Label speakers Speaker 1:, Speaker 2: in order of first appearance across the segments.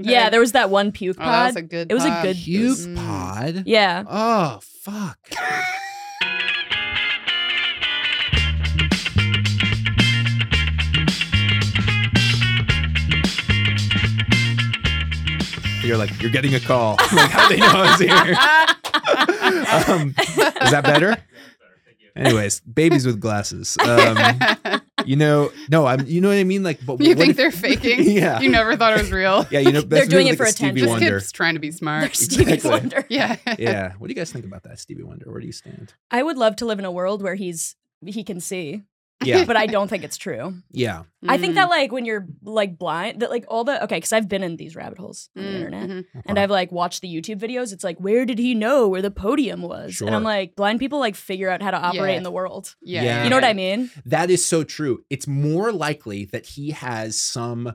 Speaker 1: Yeah, there was that one puke
Speaker 2: Oh, that
Speaker 1: pod.
Speaker 2: was a good.
Speaker 1: It was a
Speaker 2: pod.
Speaker 1: good-
Speaker 3: Puke
Speaker 2: Mm.
Speaker 3: pod.
Speaker 1: yeah.
Speaker 3: Oh fuck. You're like you're getting a call. like how they know I was here. um, is that better? Anyways, babies with glasses. Um, you know, no, I'm. You know what I mean? Like,
Speaker 1: Mm.
Speaker 3: but
Speaker 2: you
Speaker 3: what
Speaker 2: think
Speaker 3: if-
Speaker 2: they're faking?
Speaker 3: Yeah.
Speaker 2: You never thought it was real.
Speaker 3: Yeah, you know,
Speaker 1: They're
Speaker 3: that's
Speaker 1: doing
Speaker 3: really
Speaker 1: it
Speaker 3: like
Speaker 1: for
Speaker 3: a Stevie
Speaker 2: Just
Speaker 1: attention.
Speaker 3: Wonder.
Speaker 2: kids trying to be
Speaker 1: There's
Speaker 2: smart.
Speaker 1: Stevie
Speaker 3: Exactly.
Speaker 1: Wonder.
Speaker 2: Yeah.
Speaker 3: Yeah. What do you guys think about that, Stevie Wonder? Where do you stand?
Speaker 1: I would love to live in a world where he's he can see,
Speaker 3: Yeah.
Speaker 1: but I don't think it's true.
Speaker 3: Yeah.
Speaker 1: I think
Speaker 2: Mm.
Speaker 1: that like when you're like blind, that like all the okay, because I've been in these rabbit holes on the internet,
Speaker 2: Mhm.
Speaker 1: and I've like watched the YouTube videos. It's like, where did he know where the podium was? And I'm
Speaker 3: Sure.
Speaker 1: like, blind people like figure out how to operate
Speaker 2: Yeah.
Speaker 1: in the world.
Speaker 2: Yeah.
Speaker 3: Yeah.
Speaker 1: You know what I mean?
Speaker 3: That is so true. It's more likely that he has some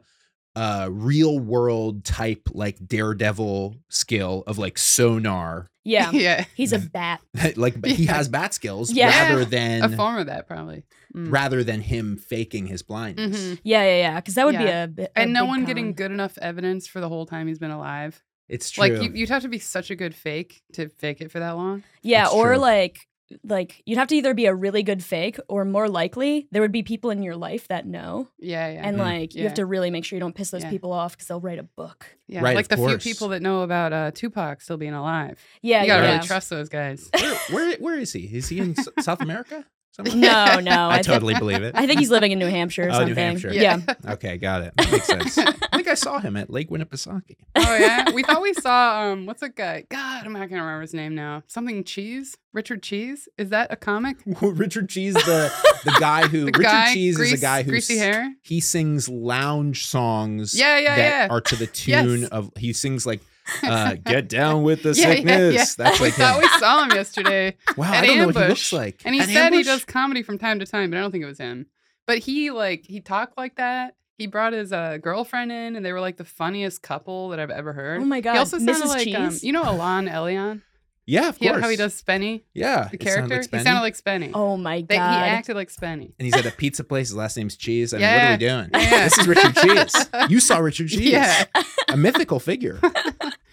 Speaker 3: uh real world type like daredevil skill of like sonar.
Speaker 1: Yeah,
Speaker 2: yeah.
Speaker 1: he's a bat.
Speaker 3: like but he
Speaker 2: Yeah.
Speaker 3: has bat skills
Speaker 1: Yeah.
Speaker 3: rather
Speaker 2: A
Speaker 3: than
Speaker 2: form of that probably. Mm.
Speaker 3: rather than him faking his blindness.
Speaker 2: Mhm.
Speaker 1: Yeah, yeah, yeah. Because that would
Speaker 2: Yeah.
Speaker 1: be a, bi- Mm-hmm. a
Speaker 2: And no
Speaker 1: big
Speaker 2: one getting
Speaker 1: con.
Speaker 2: good enough evidence for the whole time he's been alive.
Speaker 3: It's true.
Speaker 2: Like you, you'd have to be such a good fake to fake it for that long.
Speaker 1: Yeah,
Speaker 3: That's
Speaker 1: or
Speaker 3: true.
Speaker 1: like like you'd have to either be a really good fake or more likely there would be people in your life that know
Speaker 2: Yeah, yeah, Mm-hmm.
Speaker 1: and
Speaker 3: Mhm.
Speaker 1: like you have
Speaker 2: Yeah.
Speaker 1: to really make sure you don't piss those
Speaker 2: Yeah.
Speaker 1: people off because they'll write a book
Speaker 2: yeah.
Speaker 3: Right,
Speaker 2: like
Speaker 3: of
Speaker 2: the
Speaker 3: course.
Speaker 2: few people that know about uh, Tupac still being alive.
Speaker 1: yeah
Speaker 2: you gotta
Speaker 1: yeah
Speaker 2: really trust those guys.
Speaker 3: where, where where is he? Is he in S- South America? Somewhere?
Speaker 1: no no
Speaker 3: I
Speaker 1: thi-
Speaker 3: totally believe it.
Speaker 1: Oh, I think he's living in new hampshire or
Speaker 3: Oh, New
Speaker 1: something
Speaker 3: Hampshire.
Speaker 1: yeah
Speaker 3: Okay, got it. That makes sense. I think I saw him at Lake Winnipesaukee.
Speaker 2: Oh yeah. We thought we saw um what's that guy? God, I'm not gonna remember his name now. Something Cheese? Richard Cheese? Is that a comic?
Speaker 3: Richard Cheese, the the guy who
Speaker 2: The
Speaker 3: Richard
Speaker 2: guy,
Speaker 3: Cheese is
Speaker 2: grease-
Speaker 3: a guy who
Speaker 2: greasy
Speaker 3: s-
Speaker 2: hair?
Speaker 3: He sings lounge songs.
Speaker 2: Yeah, yeah,
Speaker 3: that
Speaker 2: yeah.
Speaker 3: Are to the
Speaker 2: Yes.
Speaker 3: tune of he sings like uh, "Get Down with the
Speaker 2: Yeah, yeah,
Speaker 3: Sickness." That's
Speaker 2: we
Speaker 3: like
Speaker 2: thought
Speaker 3: him.
Speaker 2: we saw him yesterday.
Speaker 3: wow.
Speaker 2: at
Speaker 3: I don't know what he
Speaker 2: Ambush.
Speaker 3: looks like.
Speaker 2: And he
Speaker 3: At
Speaker 2: said he
Speaker 3: Ambush?
Speaker 2: does comedy from time to time, but I don't think it was him. But he like he talked like that. He brought his uh, girlfriend in, and they were like the funniest couple that I've ever heard.
Speaker 1: oh my god
Speaker 2: He also sounded
Speaker 1: mrs
Speaker 2: like
Speaker 1: cheese
Speaker 2: um, you know Alon Elion.
Speaker 3: Yeah, of
Speaker 2: He,
Speaker 3: course.
Speaker 2: how he does Spenny,
Speaker 3: Yeah,
Speaker 2: the
Speaker 3: it
Speaker 2: character.
Speaker 3: sounded like
Speaker 2: he
Speaker 3: Spenny.
Speaker 2: sounded like Spenny.
Speaker 1: oh my
Speaker 2: They- he
Speaker 1: god
Speaker 2: acted like Spenny.
Speaker 3: And he's at a pizza place. His last name's Cheese. I mean,
Speaker 2: Yeah.
Speaker 3: what are we doing?
Speaker 2: Yeah.
Speaker 3: This is Richard Cheese. You saw Richard Cheese,
Speaker 2: Yeah.
Speaker 3: a mythical figure.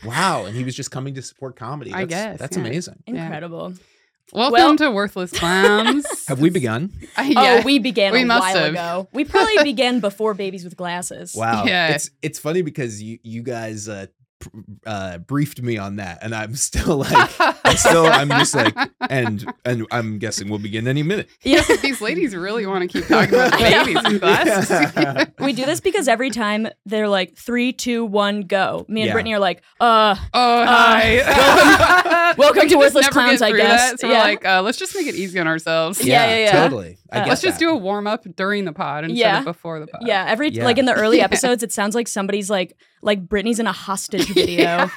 Speaker 3: Wow. And he was just coming to support comedy.
Speaker 2: I
Speaker 3: That's,
Speaker 2: guess,
Speaker 3: That's
Speaker 2: yeah.
Speaker 3: amazing.
Speaker 1: incredible
Speaker 2: Welcome
Speaker 1: Well-
Speaker 2: to Worthless Clowns.
Speaker 3: Have we begun?
Speaker 2: Uh, yeah.
Speaker 1: oh we began
Speaker 2: We
Speaker 1: a
Speaker 2: must
Speaker 1: while
Speaker 2: have.
Speaker 1: ago we probably began before babies with glasses
Speaker 3: Wow,
Speaker 2: Yeah.
Speaker 3: it's it's funny because you you guys uh, pr- uh, briefed me on that, and I'm still like, I still I'm just like, and and I'm guessing we'll begin any minute.
Speaker 1: yeah
Speaker 2: These ladies really want to keep talking about babies in class.
Speaker 3: Yeah.
Speaker 1: We do this because every time they're like three, two, one, go. Me and
Speaker 3: Yeah.
Speaker 1: Brittany are like, uh,
Speaker 2: Oh, hi.
Speaker 1: welcome
Speaker 2: We
Speaker 1: to
Speaker 2: just
Speaker 1: Worthless
Speaker 2: never get
Speaker 1: Clowns, I
Speaker 2: through
Speaker 1: guess.
Speaker 2: That, so
Speaker 1: Yeah.
Speaker 2: we're like, uh, let's just make it easy on ourselves.
Speaker 1: Yeah, yeah, yeah.
Speaker 3: totally. I
Speaker 1: Uh,
Speaker 3: get
Speaker 2: Let's just
Speaker 3: that.
Speaker 2: do a warm up during the pod instead
Speaker 1: Yeah.
Speaker 2: of before the pod.
Speaker 1: yeah. Every
Speaker 3: Yeah.
Speaker 1: like in the early
Speaker 2: Yeah.
Speaker 1: episodes, it sounds like somebody's like like Brittany's in a hostage video,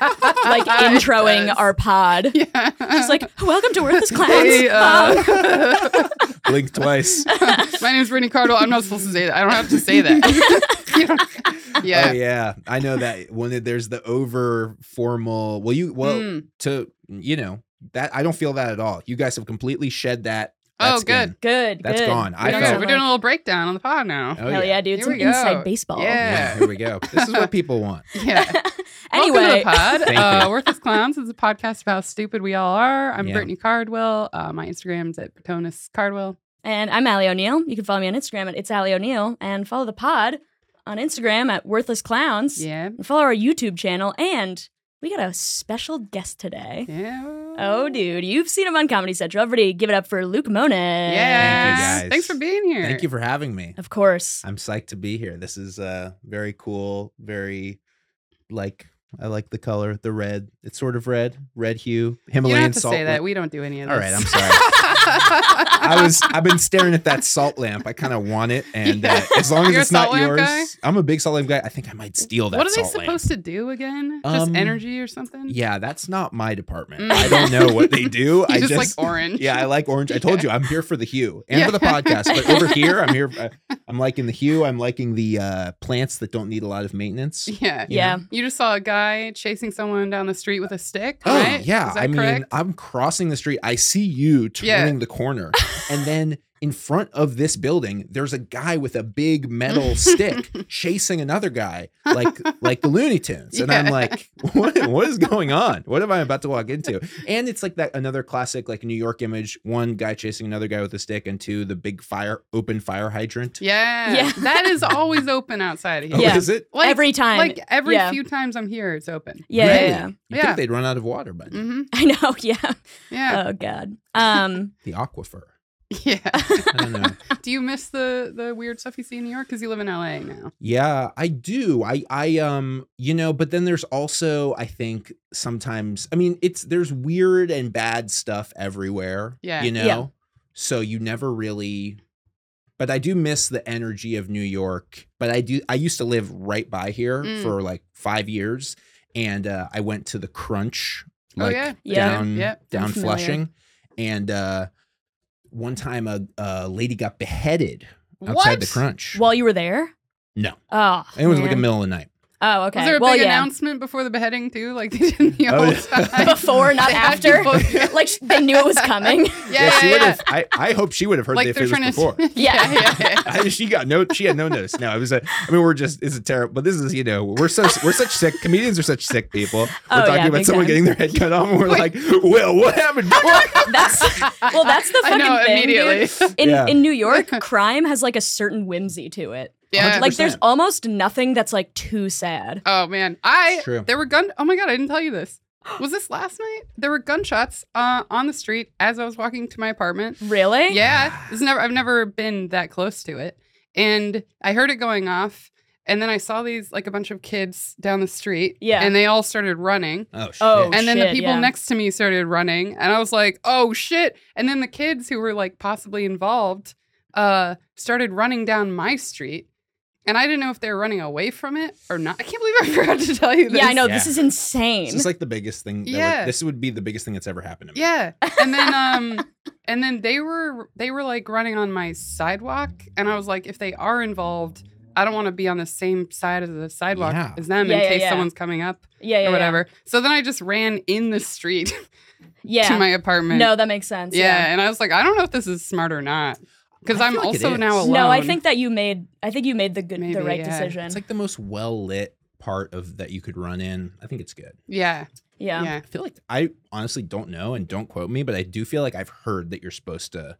Speaker 1: like
Speaker 2: It
Speaker 1: introing
Speaker 2: does.
Speaker 1: our pod.
Speaker 2: Yeah.
Speaker 1: She's like, welcome to Worthless Clowns.
Speaker 2: Hey,
Speaker 1: Um,
Speaker 2: uh,
Speaker 3: blink twice. Oh,
Speaker 2: my name's Brittany Cardle. I'm not supposed to say that. I don't have to say that. You don't-
Speaker 3: Oh
Speaker 2: yeah.
Speaker 3: yeah, I know that when it- there's the over formal. Well, you well
Speaker 2: Mm.
Speaker 3: to you know that I don't feel that at all. You guys have completely shed that. that
Speaker 2: Oh,
Speaker 3: skin.
Speaker 1: good.
Speaker 3: That's
Speaker 1: good.
Speaker 3: gone. I
Speaker 1: We don't
Speaker 2: We're
Speaker 3: felt-
Speaker 2: good.
Speaker 1: sound
Speaker 2: We're doing a
Speaker 1: like-
Speaker 2: little breakdown on the pod now.
Speaker 3: Oh
Speaker 1: Hell yeah, dude.
Speaker 2: oh, Here
Speaker 1: Some
Speaker 2: we go.
Speaker 1: inside baseball.
Speaker 2: Yeah.
Speaker 3: yeah. Here we go. This is what people want.
Speaker 2: Yeah.
Speaker 1: Anyway,
Speaker 2: Welcome to the
Speaker 3: Thank
Speaker 2: pod. Uh,
Speaker 3: you.
Speaker 2: Worthless Clowns is a podcast about how stupid we all are. I'm
Speaker 3: Yeah.
Speaker 2: Brittany Cardwell. Uh, my Instagram's at Patonus Cardwell.
Speaker 1: and I'm Allie O'Neill. You can follow me on Instagram at It's Allie O'Neill and follow the pod on Instagram at Worthless Clowns.
Speaker 2: Yeah.
Speaker 1: and follow our YouTube channel. And we got a special guest today.
Speaker 2: Yeah.
Speaker 1: Oh, dude, you've seen him on Comedy Central. Everybody give it up for Luke Monet.
Speaker 2: Yeah.
Speaker 3: Thank you, guys.
Speaker 2: Thanks for being here.
Speaker 3: Thank you for having me.
Speaker 1: Of course.
Speaker 2: Uh,
Speaker 3: I'm psyched to be here. This is uh very cool, very like I like the color, the red. It's sort of red, red hue,
Speaker 2: You don't
Speaker 3: Himalayan
Speaker 2: have to
Speaker 3: salt.
Speaker 2: say that.
Speaker 3: lamp.
Speaker 2: We don't do any of this.
Speaker 3: All right, I'm sorry. I was I've been staring at that salt lamp. I kind of want it, and uh, as long as
Speaker 2: You're a
Speaker 3: it's not
Speaker 2: salt lamp
Speaker 3: yours,
Speaker 2: guy?
Speaker 3: I'm a big salt lamp guy. I think I might steal that.
Speaker 2: what are they
Speaker 3: salt lamp.
Speaker 2: supposed to do again? Just
Speaker 3: Um,
Speaker 2: energy or something?
Speaker 3: Yeah, that's not my department.
Speaker 2: Mm.
Speaker 3: I don't know what they do.
Speaker 2: You
Speaker 3: I
Speaker 2: just,
Speaker 3: just,
Speaker 2: like orange.
Speaker 3: Yeah, I like orange. I told you, I'm here for the hue and for the
Speaker 2: Yeah.
Speaker 3: podcast. But over here, I'm here. uh, I'm liking the hue. I'm liking the uh, plants that don't need a lot of maintenance.
Speaker 2: Yeah.
Speaker 3: You
Speaker 1: yeah.
Speaker 2: You just saw a guy chasing someone down the street with a stick,
Speaker 3: Oh
Speaker 2: right?
Speaker 3: yeah,
Speaker 2: Is that
Speaker 3: I mean,
Speaker 2: correct?
Speaker 3: I'm crossing the street. I see you
Speaker 2: Yeah.
Speaker 3: turning the corner, and then in front of this building, there's a guy with a big metal stick chasing another guy, like like the Looney Tunes. And I'm
Speaker 2: Yeah.
Speaker 3: like, what, what is going on? What am I about to walk into? And it's like that another classic like New York image: one guy chasing another guy with a stick, and two the big fire open fire hydrant.
Speaker 2: Yeah.
Speaker 1: Yeah.
Speaker 2: That is always open outside of
Speaker 3: Oh,
Speaker 2: here.
Speaker 1: Yeah.
Speaker 3: is it?
Speaker 2: Like,
Speaker 1: every time.
Speaker 2: like every
Speaker 1: yeah.
Speaker 2: few times I'm here, it's open.
Speaker 1: yeah, yeah,
Speaker 3: Really?
Speaker 1: yeah.
Speaker 3: You
Speaker 2: Yeah.
Speaker 3: think they'd run out of water, but
Speaker 2: hmm
Speaker 1: I know. Yeah.
Speaker 2: Yeah.
Speaker 1: Oh God. Um.
Speaker 3: the aquifer.
Speaker 2: yeah.
Speaker 3: I don't know.
Speaker 2: Do you miss the the weird stuff you see in New York? Because you live in LA now.
Speaker 3: Yeah, I do. I I um, you know, but then there's also I think sometimes I mean, it's there's weird and bad stuff everywhere,
Speaker 2: Yeah.
Speaker 3: you know.
Speaker 1: Yeah.
Speaker 3: So you never really but I do miss the energy of New York. But I do I used to live right by here
Speaker 2: Mm.
Speaker 3: for like 5 years and uh I went to the Crunch
Speaker 2: Oh,
Speaker 3: like
Speaker 2: yeah.
Speaker 1: Yeah.
Speaker 3: down
Speaker 2: Yeah. I'm
Speaker 3: down
Speaker 1: familiar.
Speaker 3: Flushing and uh one time a, a lady got beheaded outside
Speaker 2: what?
Speaker 3: the Crunch.
Speaker 1: While you were there.
Speaker 3: No.
Speaker 1: Oh.
Speaker 3: it was like a
Speaker 1: man.
Speaker 3: middle of the night.
Speaker 1: Oh, okay.
Speaker 2: Was there a
Speaker 1: well,
Speaker 2: big
Speaker 1: yeah.
Speaker 2: announcement before the beheading too? Like they did in the
Speaker 3: Oh,
Speaker 2: old
Speaker 3: yeah.
Speaker 2: time.
Speaker 1: Before, not
Speaker 2: They had you
Speaker 1: after?
Speaker 2: both- yeah,
Speaker 1: like sh- they knew it was coming.
Speaker 2: yeah,
Speaker 3: she
Speaker 2: yeah.
Speaker 3: would have. I, I hope she would have heard
Speaker 2: Like
Speaker 3: if
Speaker 2: they're
Speaker 3: it was
Speaker 2: trying
Speaker 3: before.
Speaker 2: to. yeah, yeah, yeah.
Speaker 3: I- she got no. She had no notice. No, it was a. I mean, we're just. It's a terrible. But this is, you know, we're so we're such sick. Comedians are such sick people. We're
Speaker 1: Oh,
Speaker 3: talking
Speaker 1: yeah,
Speaker 3: about
Speaker 1: big
Speaker 3: someone
Speaker 1: time.
Speaker 3: getting their head cut off, and we're like, well, what happened?
Speaker 1: well,
Speaker 2: Oh,
Speaker 1: that's well, that's the
Speaker 2: I
Speaker 1: fucking
Speaker 2: know
Speaker 1: thing.
Speaker 2: immediately.
Speaker 1: dude. In
Speaker 3: Yeah.
Speaker 1: in New York, crime has like a certain whimsy to it.
Speaker 2: Yeah.
Speaker 1: Like there's
Speaker 3: 100%.
Speaker 1: almost nothing that's like too sad.
Speaker 2: Oh man, I
Speaker 3: It's true.
Speaker 2: there were gun. Oh my god, I didn't tell you this. Was this last night? There were gunshots uh, on the street as I was walking to my apartment.
Speaker 1: Really?
Speaker 2: Yeah, it's never. I've never been that close to it, and I heard it going off, and then I saw these like a bunch of kids down the street.
Speaker 1: Yeah.
Speaker 2: and they all started running.
Speaker 3: Oh shit!
Speaker 1: Oh,
Speaker 2: and then the
Speaker 1: shit,
Speaker 2: people
Speaker 1: yeah.
Speaker 2: next to me started running and i was like oh shit and then the kids who were like possibly involved uh started running down my street and i didn't know if they were running away from it or not i can't believe i forgot to tell you this
Speaker 1: Yeah, I know.
Speaker 3: Yeah.
Speaker 1: This is insane.
Speaker 3: this is like the biggest thing. That
Speaker 2: Yeah.
Speaker 3: Would, this would be the biggest thing that's ever happened to me.
Speaker 2: yeah and then um and then they were they were like running on my sidewalk and i was like if they are involved i don't want to be on the same side of the sidewalk
Speaker 3: Yeah.
Speaker 2: as them
Speaker 1: Yeah,
Speaker 2: in
Speaker 1: yeah,
Speaker 2: case
Speaker 1: yeah.
Speaker 2: someone's coming up
Speaker 1: yeah, yeah,
Speaker 2: or
Speaker 1: yeah.
Speaker 2: whatever so then i just ran in the street
Speaker 1: Yeah.
Speaker 2: to my apartment
Speaker 1: no, that makes sense.
Speaker 2: Yeah,
Speaker 1: Yeah.
Speaker 2: and I was like, I don't know if this is smart or not because
Speaker 3: I
Speaker 2: I'm
Speaker 3: feel like it
Speaker 2: also
Speaker 3: is.
Speaker 2: now alone.
Speaker 1: No, I think that you made. I think you made the good,
Speaker 2: Maybe,
Speaker 1: the right
Speaker 2: yeah.
Speaker 1: decision.
Speaker 3: It's like the most well lit part of that you could run in. I think it's good.
Speaker 2: yeah,
Speaker 1: yeah.
Speaker 2: yeah,
Speaker 3: I feel like I honestly don't know, and don't quote me, but I do feel like I've heard that you're supposed to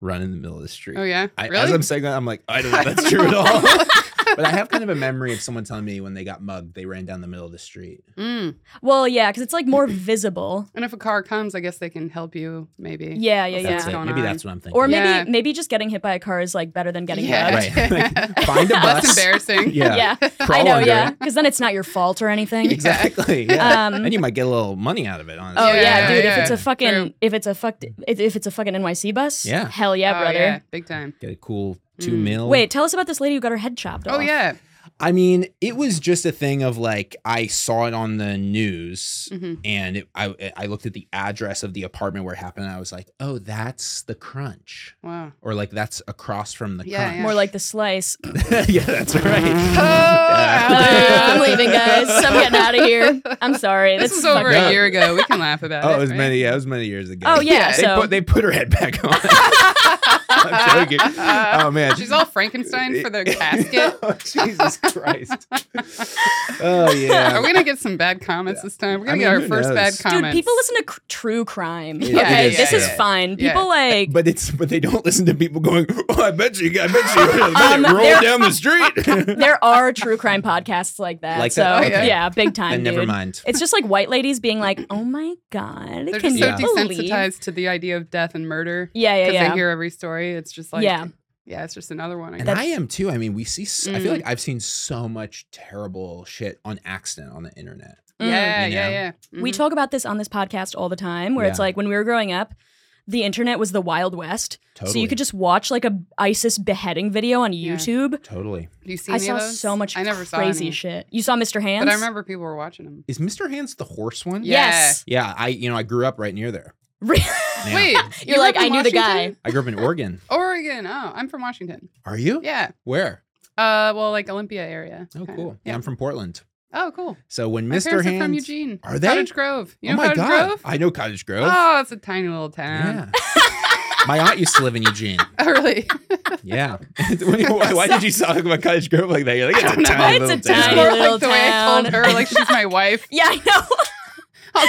Speaker 3: run in the middle of the street.
Speaker 2: Oh yeah,
Speaker 3: I, As
Speaker 2: really?
Speaker 3: I'm saying that, I'm like, I don't know if that's true at all. but I have kind of a memory of someone telling me when they got mugged, they ran down the middle of the street.
Speaker 2: Mm.
Speaker 1: Well, yeah, because it's like more visible.
Speaker 2: And if a car comes, I guess they can help you. Maybe.
Speaker 1: Yeah, yeah,
Speaker 3: That's
Speaker 1: yeah.
Speaker 3: it.
Speaker 2: going
Speaker 3: Maybe
Speaker 2: on.
Speaker 3: that's what I'm thinking.
Speaker 1: Or maybe
Speaker 2: Yeah.
Speaker 1: maybe just getting hit by a car is like better than getting
Speaker 2: Yeah.
Speaker 1: mugged.
Speaker 3: right. Like, find a bus.
Speaker 2: That's embarrassing.
Speaker 3: Yeah.
Speaker 1: Yeah.
Speaker 3: Crawl
Speaker 1: I know,
Speaker 3: under
Speaker 1: yeah,
Speaker 3: it.
Speaker 1: because then it's not your fault or anything.
Speaker 3: Exactly. Yeah.
Speaker 1: Um,
Speaker 3: and you might get a little money out of it, honestly.
Speaker 1: Oh yeah,
Speaker 2: Yeah,
Speaker 1: dude!
Speaker 2: yeah,
Speaker 1: if it's a
Speaker 2: yeah.
Speaker 1: fucking,
Speaker 2: True.
Speaker 1: if it's a fucked, if, if it's a fucking NYC bus,
Speaker 3: Yeah.
Speaker 1: hell yeah,
Speaker 2: Oh,
Speaker 1: brother.
Speaker 2: yeah, big time.
Speaker 3: Get a cool two
Speaker 2: Mm.
Speaker 3: mil.
Speaker 1: Wait, tell us about this lady who got her head chopped off.
Speaker 2: Oh yeah.
Speaker 3: I mean, it was just a thing of like I saw it on the news,
Speaker 1: Mm-hmm.
Speaker 2: Mhm.
Speaker 3: and it, I I looked at the address of the apartment where it happened. And I was like, oh, that's the Crunch,
Speaker 2: Wow.
Speaker 3: or like that's across from the
Speaker 2: Yeah,
Speaker 3: Crunch.
Speaker 1: more like the slice.
Speaker 3: yeah, that's right.
Speaker 1: Uh,
Speaker 2: Yeah.
Speaker 1: I'm leaving, guys. I'm getting out of here. I'm sorry.
Speaker 2: This
Speaker 1: That's
Speaker 2: was over
Speaker 1: fucking-
Speaker 3: up.
Speaker 2: a year ago. We can laugh about it.
Speaker 3: Oh, it was
Speaker 2: right?
Speaker 3: many. Yeah, it was many years ago.
Speaker 1: Oh, yeah,
Speaker 3: They
Speaker 1: so-
Speaker 3: put they put her head back on. I'm joking. Oh man,
Speaker 2: She's all Frankenstein for the casket.
Speaker 3: oh, Jesus Christ. oh yeah.
Speaker 2: Are we gonna get some bad comments this time? We're
Speaker 3: I
Speaker 2: gonna
Speaker 3: mean,
Speaker 2: get our
Speaker 3: who
Speaker 2: first bad
Speaker 3: knows? Dude,
Speaker 1: Dude,
Speaker 2: comments.
Speaker 1: people listen to cr- true crime.
Speaker 3: Yeah,
Speaker 1: okay,
Speaker 2: yeah,
Speaker 1: this is
Speaker 3: yeah.
Speaker 1: fine.
Speaker 2: Yeah.
Speaker 1: People like
Speaker 3: but it's but they don't listen to people going. Oh, I bet you, I bet you,
Speaker 1: Um,
Speaker 3: roll
Speaker 1: there-
Speaker 3: down the street.
Speaker 1: there are true crime podcasts like that.
Speaker 3: Like
Speaker 1: so
Speaker 3: that? Okay.
Speaker 1: yeah, big time.
Speaker 3: and never
Speaker 1: dude.
Speaker 3: mind.
Speaker 1: It's just like white ladies being like, "Oh my god,
Speaker 2: They're
Speaker 1: can
Speaker 2: just
Speaker 1: you
Speaker 2: so
Speaker 3: Yeah.
Speaker 1: believe?"
Speaker 2: desensitized to the idea of death and murder.
Speaker 1: Yeah, yeah,
Speaker 2: because
Speaker 1: yeah.
Speaker 2: they hear every story. It's just like,
Speaker 1: Yeah.
Speaker 2: yeah, it's just another one. I
Speaker 3: And
Speaker 2: guess.
Speaker 3: I am too. I mean, we see. s I I
Speaker 2: Mm.
Speaker 3: feel like I've seen so much terrible shit on accident on the internet.
Speaker 1: Mm.
Speaker 2: yeah,
Speaker 3: you
Speaker 2: yeah,
Speaker 3: know.
Speaker 2: yeah.
Speaker 1: We
Speaker 2: Mhm.
Speaker 1: talk about this on this podcast all the time, where it's
Speaker 3: Yeah.
Speaker 1: like when we were growing up, the internet was the wild west.
Speaker 3: Totally.
Speaker 1: So you could just watch like a ISIS beheading video on
Speaker 2: Yeah.
Speaker 1: YouTube.
Speaker 3: totally.
Speaker 2: Do you see
Speaker 1: I
Speaker 2: any
Speaker 1: saw
Speaker 2: of those?
Speaker 1: so much
Speaker 2: I never saw
Speaker 1: crazy
Speaker 2: any,
Speaker 1: shit. You saw Mr. Hands?
Speaker 2: but I remember people were watching them.
Speaker 3: Is Mr. Hands the horse one?
Speaker 2: Yeah.
Speaker 1: Yes.
Speaker 3: Yeah, I you know I grew up right near there.
Speaker 1: Really?
Speaker 3: Yeah.
Speaker 2: Wait,
Speaker 1: You're
Speaker 2: you
Speaker 1: like,
Speaker 2: live
Speaker 1: I
Speaker 2: in
Speaker 1: knew the guy.
Speaker 2: Washington?
Speaker 3: I grew up in Oregon.
Speaker 2: Oregon. Oh, I'm from Washington.
Speaker 3: Are you?
Speaker 2: Yeah.
Speaker 3: Where?
Speaker 2: Uh, well, like Olympia area.
Speaker 3: Oh,
Speaker 2: kinda.
Speaker 3: cool. Yeah,
Speaker 2: Yeah.
Speaker 3: I'm from Portland.
Speaker 2: Oh, cool.
Speaker 3: So when
Speaker 2: My
Speaker 3: Mr.
Speaker 2: parents
Speaker 3: Hands,
Speaker 2: are from Eugene.
Speaker 3: Are they?
Speaker 2: Cottage Grove? Oh. You know
Speaker 3: oh my
Speaker 2: Cottage
Speaker 3: god,
Speaker 2: Grove?
Speaker 3: I know Cottage Grove.
Speaker 2: Oh, it's a tiny little town.
Speaker 3: yeah, My aunt used to live in Eugene.
Speaker 2: Oh, really?
Speaker 3: Yeah. why, why did you talk about cottage grove like that? You're like, it's a
Speaker 2: don't know.
Speaker 3: tiny
Speaker 1: It's a
Speaker 2: It's
Speaker 3: little
Speaker 1: tiny
Speaker 3: town.
Speaker 2: more
Speaker 1: little
Speaker 2: like the way I told
Speaker 1: town.
Speaker 2: her, like she's my wife.
Speaker 1: Yeah, I know.
Speaker 2: I'll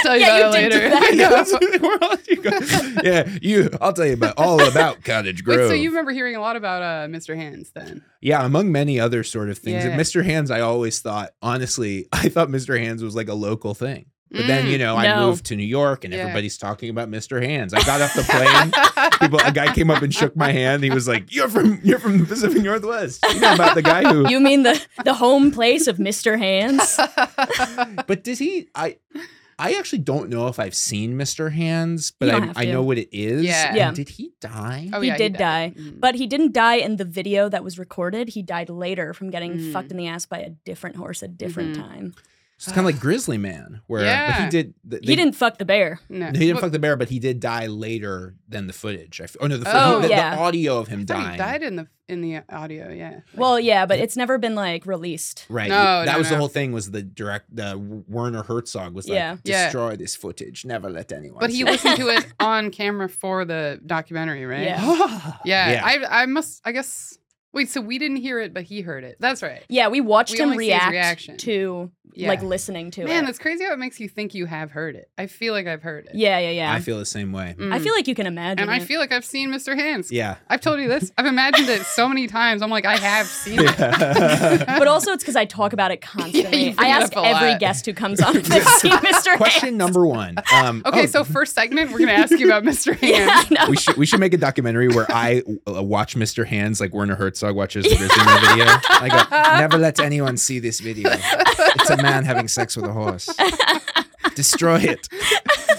Speaker 2: tell you
Speaker 1: Yeah,
Speaker 2: about
Speaker 1: you did
Speaker 2: it
Speaker 1: do
Speaker 2: later.
Speaker 1: that.
Speaker 2: I know.
Speaker 3: Where else you go? yeah, you. I'll tell you about all about Cottage Grove.
Speaker 2: Wait, so you remember hearing a lot about uh, Mr. Hands then?
Speaker 3: yeah, among many other sort of things.
Speaker 2: Yeah.
Speaker 3: Mr. Hands, I always thought, honestly, I thought Mr. Hands was like a local thing. But then
Speaker 2: Mm.
Speaker 3: you know, I
Speaker 1: No.
Speaker 3: moved to New York, and
Speaker 2: Yeah.
Speaker 3: everybody's talking about Mr. Hands. I got off the plane.
Speaker 2: Mm.
Speaker 3: People, a guy came up and shook my hand. He was like, "You're from you're from the Pacific Northwest." You know about the guy who
Speaker 1: You mean the the home place of Mr. Hands?
Speaker 3: But does he? I I actually don't know if I've seen Mr. Hands, but
Speaker 1: You don't
Speaker 3: I,
Speaker 1: have
Speaker 3: I
Speaker 1: to.
Speaker 3: know what it is.
Speaker 2: Yeah.
Speaker 3: And
Speaker 1: Yeah.
Speaker 3: Did he die?
Speaker 2: Oh,
Speaker 1: He
Speaker 2: yeah,
Speaker 1: did die.
Speaker 2: Mm.
Speaker 1: But he didn't die in the video that was recorded. He died later from getting
Speaker 2: Mm.
Speaker 1: fucked in the ass by a different horse a different
Speaker 2: Mhm.
Speaker 1: time.
Speaker 3: It's kind of like Grizzly Man, where but
Speaker 2: Yeah.
Speaker 3: he did. th-
Speaker 1: he
Speaker 3: they-
Speaker 1: didn't fuck the bear.
Speaker 2: no.
Speaker 3: He didn't
Speaker 2: Well,
Speaker 3: fuck the bear, but he did die later than the footage. I f oh no, the, fo-
Speaker 2: Oh,
Speaker 3: he- the, the
Speaker 1: yeah.
Speaker 3: audio of him
Speaker 2: I thought
Speaker 3: dying.
Speaker 2: He died in the in the audio. Yeah.
Speaker 1: Well, yeah, but it's never been like released.
Speaker 3: Right.
Speaker 2: No,
Speaker 3: that
Speaker 2: no,
Speaker 3: was the
Speaker 2: no.
Speaker 3: whole thing. Was the direct the Werner Herzog was like
Speaker 1: Yeah.
Speaker 2: Yeah.
Speaker 3: destroy this footage, never let anyone.
Speaker 2: But he
Speaker 3: see it."
Speaker 2: listened to it on camera for the documentary, right?
Speaker 1: Yeah.
Speaker 2: Yeah.
Speaker 3: Yeah.
Speaker 2: I I must I guess wait, so we didn't hear it, but he heard it. That's right.
Speaker 1: Yeah, we watched
Speaker 2: We
Speaker 1: him
Speaker 2: only see his
Speaker 1: react
Speaker 2: reaction.
Speaker 1: to
Speaker 2: Yeah.
Speaker 1: like listening to
Speaker 2: Man,
Speaker 1: it.
Speaker 2: that's crazy how it makes you think you have heard it. I feel like I've heard it.
Speaker 1: Yeah, yeah, yeah.
Speaker 3: I feel the same way.
Speaker 2: Mm.
Speaker 1: I feel like you can imagine.
Speaker 2: and I
Speaker 1: it.
Speaker 2: feel like I've seen Mr. Hands.
Speaker 3: Yeah.
Speaker 2: I've told you this. I've imagined it so many times. I'm like, I have seen it.
Speaker 3: Yeah.
Speaker 1: but also it's because I talk about it constantly. I
Speaker 2: bring it
Speaker 1: ask
Speaker 2: up a
Speaker 1: every
Speaker 2: lot.
Speaker 1: guest who comes on to see Mr.
Speaker 3: Question
Speaker 1: Hands.
Speaker 3: number one. Um,
Speaker 2: Okay,
Speaker 3: oh,
Speaker 2: so first segment, we're gonna ask you about Mr.
Speaker 1: Yeah,
Speaker 2: Hands.
Speaker 1: I know.
Speaker 3: we should we should make a documentary where I uh, watch Mr. Hands like Werner Herzog watches the Griswold video. I go, never let anyone see this video. It's a man having sex with a horse. Destroy it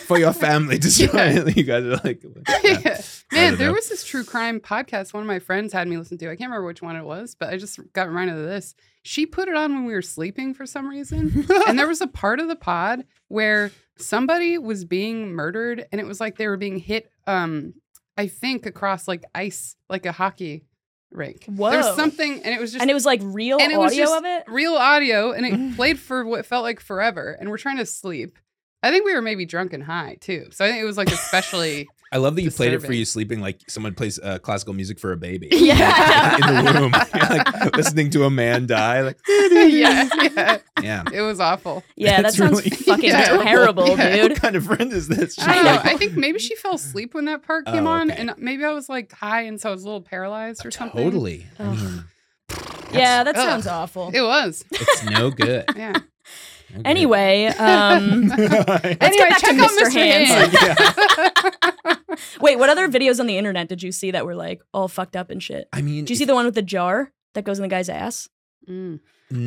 Speaker 3: for your family. Destroy it. You guys are like, yeah. I
Speaker 2: Man,
Speaker 3: don't
Speaker 2: there
Speaker 3: know.
Speaker 2: was this true crime podcast one of my friends had me listen to. I can't remember which one it was, but I just got reminded of this. She put it on when we were sleeping for some reason. and there was a part of the pod where somebody was being murdered and it was like they were being hit um I think across like ice, like a hockey rink. There
Speaker 1: Whoa.
Speaker 2: was something and it was just
Speaker 1: and it Mm. was like real
Speaker 2: and it
Speaker 1: audio
Speaker 2: was just
Speaker 1: of it.
Speaker 2: real audio and it played for what felt like forever and we're trying to sleep. I think we were maybe drunk and high too. So I think it was like especially
Speaker 3: I love that you played it for
Speaker 2: Disturbing.
Speaker 3: you sleeping, like someone plays uh, classical music for a baby.
Speaker 1: Yeah, I
Speaker 3: in the womb, like listening to a man die. Like,
Speaker 2: yeah, yeah.
Speaker 3: yeah.
Speaker 2: It was awful.
Speaker 1: Yeah,
Speaker 3: That's
Speaker 1: that sounds
Speaker 3: really-
Speaker 1: fucking
Speaker 2: Yeah.
Speaker 1: terrible,
Speaker 2: Yeah.
Speaker 1: dude.
Speaker 3: What kind of friend is this?
Speaker 2: I
Speaker 1: I
Speaker 2: don't
Speaker 1: know.
Speaker 2: know. I think maybe she fell asleep when that part came
Speaker 3: Oh,
Speaker 2: on,
Speaker 3: okay.
Speaker 2: and maybe I was like high, and so I was a little paralyzed or something.
Speaker 3: Totally. I
Speaker 1: Ugh.
Speaker 3: mean,
Speaker 1: Yeah, that
Speaker 2: Ugh.
Speaker 1: sounds awful.
Speaker 2: It was.
Speaker 3: it's no good.
Speaker 2: Yeah.
Speaker 3: No good.
Speaker 1: Anyway, um,
Speaker 3: Anyway,
Speaker 2: anyway,
Speaker 1: back to
Speaker 2: check out
Speaker 1: Mr.
Speaker 2: Mr. Hands.
Speaker 1: Hands.
Speaker 3: yeah.
Speaker 1: wait, what other videos on the internet did you see that were like all fucked up and shit?
Speaker 3: I mean,
Speaker 1: Did you see the one with the jar that goes in the guy's ass?
Speaker 2: Mm.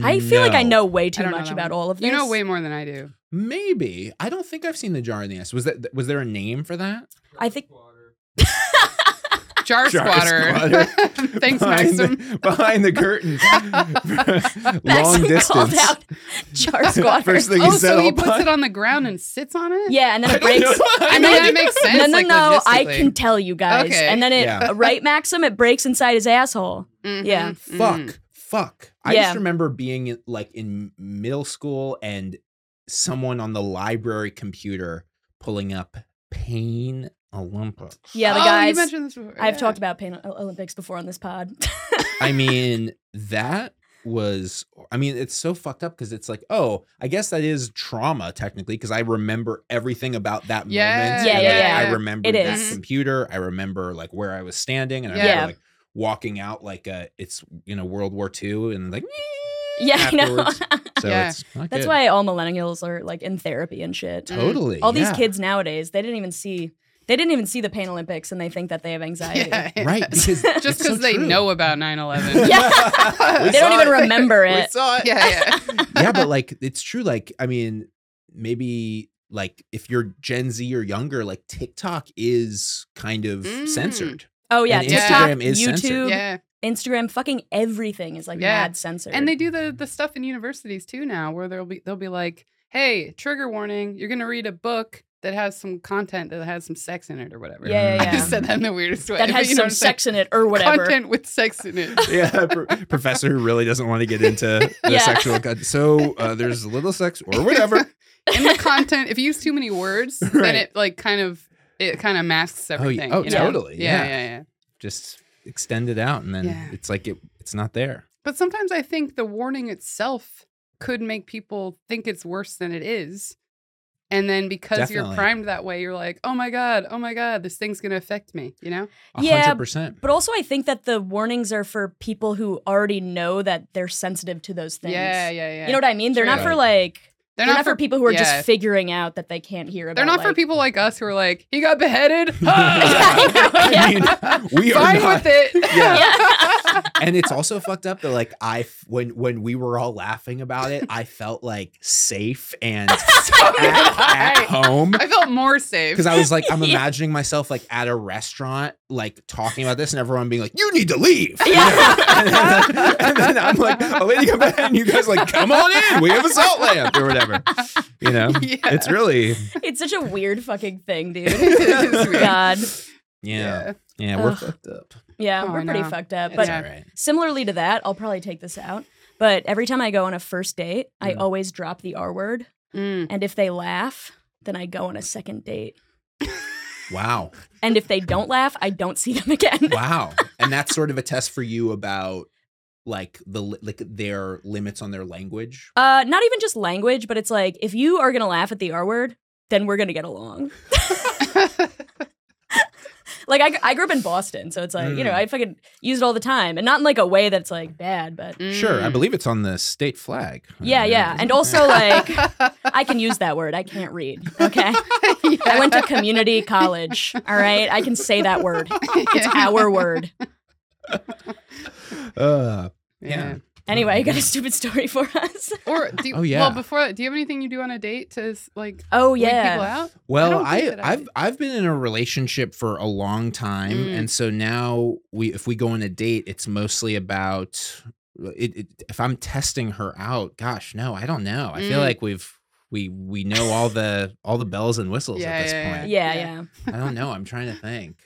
Speaker 1: I feel like I
Speaker 3: No.
Speaker 1: know way too
Speaker 2: don't know
Speaker 1: much
Speaker 2: that
Speaker 1: about
Speaker 2: one.
Speaker 1: all of this.
Speaker 2: You know way more than I do.
Speaker 3: Maybe I don't think I've seen the jar in the ass. Was that was there a name for that?
Speaker 1: I think
Speaker 2: Jar,
Speaker 3: Jar
Speaker 2: squatter.
Speaker 3: squatter.
Speaker 2: Thanks,
Speaker 3: behind
Speaker 2: Maxim.
Speaker 3: The, behind the curtain, long
Speaker 1: Maxim called
Speaker 3: distance.
Speaker 1: out jar squatter.
Speaker 3: First thing he
Speaker 2: Oh,
Speaker 3: said,
Speaker 2: so he
Speaker 3: all
Speaker 2: puts
Speaker 3: pun-
Speaker 2: it on the ground and sits on it.
Speaker 1: yeah, and then
Speaker 3: I
Speaker 1: it
Speaker 3: don't know.
Speaker 1: breaks.
Speaker 2: I
Speaker 3: I
Speaker 2: mean
Speaker 1: then
Speaker 2: that
Speaker 1: it-
Speaker 2: makes
Speaker 1: No,
Speaker 2: sense.
Speaker 1: no,
Speaker 2: like,
Speaker 1: no. I
Speaker 2: logistically.
Speaker 1: can tell you guys.
Speaker 2: Okay.
Speaker 1: And then it,
Speaker 3: Yeah.
Speaker 1: right, Maxim? It breaks inside his asshole.
Speaker 2: Mhm,
Speaker 1: Yeah.
Speaker 2: mhm.
Speaker 3: fuck, fuck. I
Speaker 1: Mm. Yeah.
Speaker 3: just remember being in, like in middle school and someone on the library computer pulling up Pain Olympics.
Speaker 1: Yeah, the
Speaker 2: oh, You
Speaker 1: guys.
Speaker 2: mentioned this before.
Speaker 1: I've
Speaker 2: yeah.
Speaker 1: talked about pain O- Olympics before on this pod.
Speaker 3: I mean, that was I mean, it's so fucked up because it's like, oh, I guess that is trauma technically because I remember everything about that
Speaker 2: Yeah.
Speaker 3: moment.
Speaker 1: Yeah,
Speaker 3: and,
Speaker 1: yeah,
Speaker 3: like,
Speaker 2: yeah.
Speaker 3: I remember
Speaker 1: It
Speaker 3: this
Speaker 1: is.
Speaker 3: computer. I remember like where I was standing and I
Speaker 2: Yeah.
Speaker 3: remember like walking out like uh it's you know World War II and like
Speaker 1: yeah, I know.
Speaker 3: afterwards. So
Speaker 2: Yeah.
Speaker 3: it's not
Speaker 1: That's
Speaker 3: good.
Speaker 1: why all millennials are like in therapy and shit.
Speaker 3: totally
Speaker 1: All these
Speaker 3: yeah.
Speaker 1: kids nowadays, they didn't even see they didn't even see the Pain Olympics and they think that they have anxiety.
Speaker 2: Yeah.
Speaker 3: Right, because
Speaker 2: Just because they know about 9 11.
Speaker 1: Yeah.
Speaker 3: We
Speaker 1: They don't
Speaker 3: saw
Speaker 1: even
Speaker 3: it.
Speaker 1: remember
Speaker 3: We
Speaker 1: it.
Speaker 3: saw it.
Speaker 2: yeah, yeah.
Speaker 3: yeah, but like it's true. Like, I mean, maybe like if you're Gen Z or younger, like TikTok is kind of
Speaker 2: Mm.
Speaker 3: censored.
Speaker 1: Oh yeah,
Speaker 3: And
Speaker 1: TikTok,
Speaker 3: Instagram is censored.
Speaker 1: YouTube,
Speaker 2: yeah.
Speaker 1: Instagram, fucking everything is like
Speaker 2: Yeah.
Speaker 1: mad censored.
Speaker 2: And they do the the stuff in universities too now where they'll be they'll be like, "Hey, trigger warning, you're going to read a book that has some content that has some sex in it or whatever."
Speaker 1: yeah, yeah,
Speaker 2: I
Speaker 1: yeah.
Speaker 2: just said that in the weirdest way.
Speaker 1: that
Speaker 2: but
Speaker 1: has
Speaker 2: you know
Speaker 1: some
Speaker 2: what I'm saying?
Speaker 1: sex in it or whatever.
Speaker 2: Content with sex in it.
Speaker 3: Yeah, pr- professor who really doesn't want to get into the
Speaker 1: Yeah.
Speaker 3: sexual. Con- so uh, there's a little sex or whatever.
Speaker 2: in the content, if you use too many words,
Speaker 3: Right.
Speaker 2: then it like kind of it kind of masks
Speaker 3: yeah.
Speaker 2: everything.
Speaker 3: Oh,
Speaker 2: you know?
Speaker 3: totally,
Speaker 2: Yeah,
Speaker 3: yeah.
Speaker 2: yeah, yeah.
Speaker 3: Just extend it out, and then
Speaker 2: Yeah.
Speaker 3: it's like it it's not there.
Speaker 2: But sometimes I think the warning itself could make people think it's worse than it is. And then because you're
Speaker 3: Definitely.
Speaker 2: primed that way, you're like, oh my God, oh my God, this thing's going to affect me, you know?
Speaker 3: A
Speaker 1: Yeah,
Speaker 3: hundred percent.
Speaker 1: But also, I think that the warnings are for people who already know that they're sensitive to those things.
Speaker 2: Yeah, yeah, yeah.
Speaker 1: You know what I mean? They're not
Speaker 3: True.
Speaker 1: for like. They're, not, for people who are
Speaker 2: yeah.
Speaker 1: just figuring out that they can't hear about.
Speaker 2: They're not
Speaker 1: like,
Speaker 2: for people like us who are like, he got beheaded.
Speaker 1: I
Speaker 3: mean, we are
Speaker 2: Fine
Speaker 3: not-
Speaker 2: with it.
Speaker 1: Yeah.
Speaker 3: and it's also fucked up that like I f- when when we were all laughing about it, I felt like safe and at, at home.
Speaker 2: I felt more safe.
Speaker 3: Because I was like, I'm
Speaker 1: Yeah.
Speaker 3: imagining myself like at a restaurant, like talking about this, and everyone being like, "You need to leave."
Speaker 1: Yeah.
Speaker 3: and, then, and then I'm like, "A lady come back," and you guys like, "Come on in, we have a salt lamp or whatever." You know,
Speaker 2: Yeah.
Speaker 3: it's really
Speaker 1: It's such a weird fucking thing, dude.
Speaker 2: It is weird.
Speaker 1: God.
Speaker 3: yeah, yeah, we're
Speaker 1: Ugh.
Speaker 3: fucked up.
Speaker 1: Yeah,
Speaker 2: Oh, I
Speaker 1: we're pretty
Speaker 2: know.
Speaker 1: fucked up.
Speaker 2: It's
Speaker 1: But
Speaker 2: Yeah.
Speaker 3: All right.
Speaker 1: similarly to that, I'll probably take this out. But every time I go on a first date, I
Speaker 3: Mm.
Speaker 1: always drop the R word,
Speaker 2: Mm.
Speaker 1: and if they laugh, then I go on a second date.
Speaker 3: Wow,
Speaker 1: And if they don't laugh, I don't see them again.
Speaker 3: wow, and that's sort of a test for you about like the li- like their limits on their language.
Speaker 1: Uh, not even just language, but it's like if you are gonna laugh at the R word, then we're gonna get along. Like I, I grew up in Boston, so it's like you know
Speaker 3: Mm.
Speaker 1: I fucking use it all the time, and not in like a way that's like bad, but
Speaker 3: Sure, I
Speaker 2: Mm.
Speaker 3: believe it's on the state flag.
Speaker 1: yeah, yeah. And also like I can use that word. I can't read. Okay, I went to community college. All right, I can say that word. It's our word.
Speaker 3: Uh,
Speaker 2: Yeah.
Speaker 1: Anyway, you got a stupid story for us.
Speaker 2: Or do you,
Speaker 3: Oh, yeah.
Speaker 2: well before that, do you have anything you do on a date to like
Speaker 1: Oh
Speaker 2: weed people
Speaker 1: yeah,
Speaker 2: out?
Speaker 3: Well,
Speaker 2: don't
Speaker 3: I,
Speaker 2: think that I-
Speaker 3: I have I've been in a relationship for a long time,
Speaker 2: Mm.
Speaker 3: and so now we if we go on a date, it's mostly about uh, it, it, if I'm testing her out. Gosh, no, I don't know. I feel
Speaker 2: Mm.
Speaker 3: like we've we we know all the all the bells and whistles
Speaker 2: Yeah,
Speaker 3: at this
Speaker 2: yeah,
Speaker 3: point.
Speaker 1: yeah,
Speaker 2: Yeah.
Speaker 1: yeah.
Speaker 3: I don't know. I'm trying to think.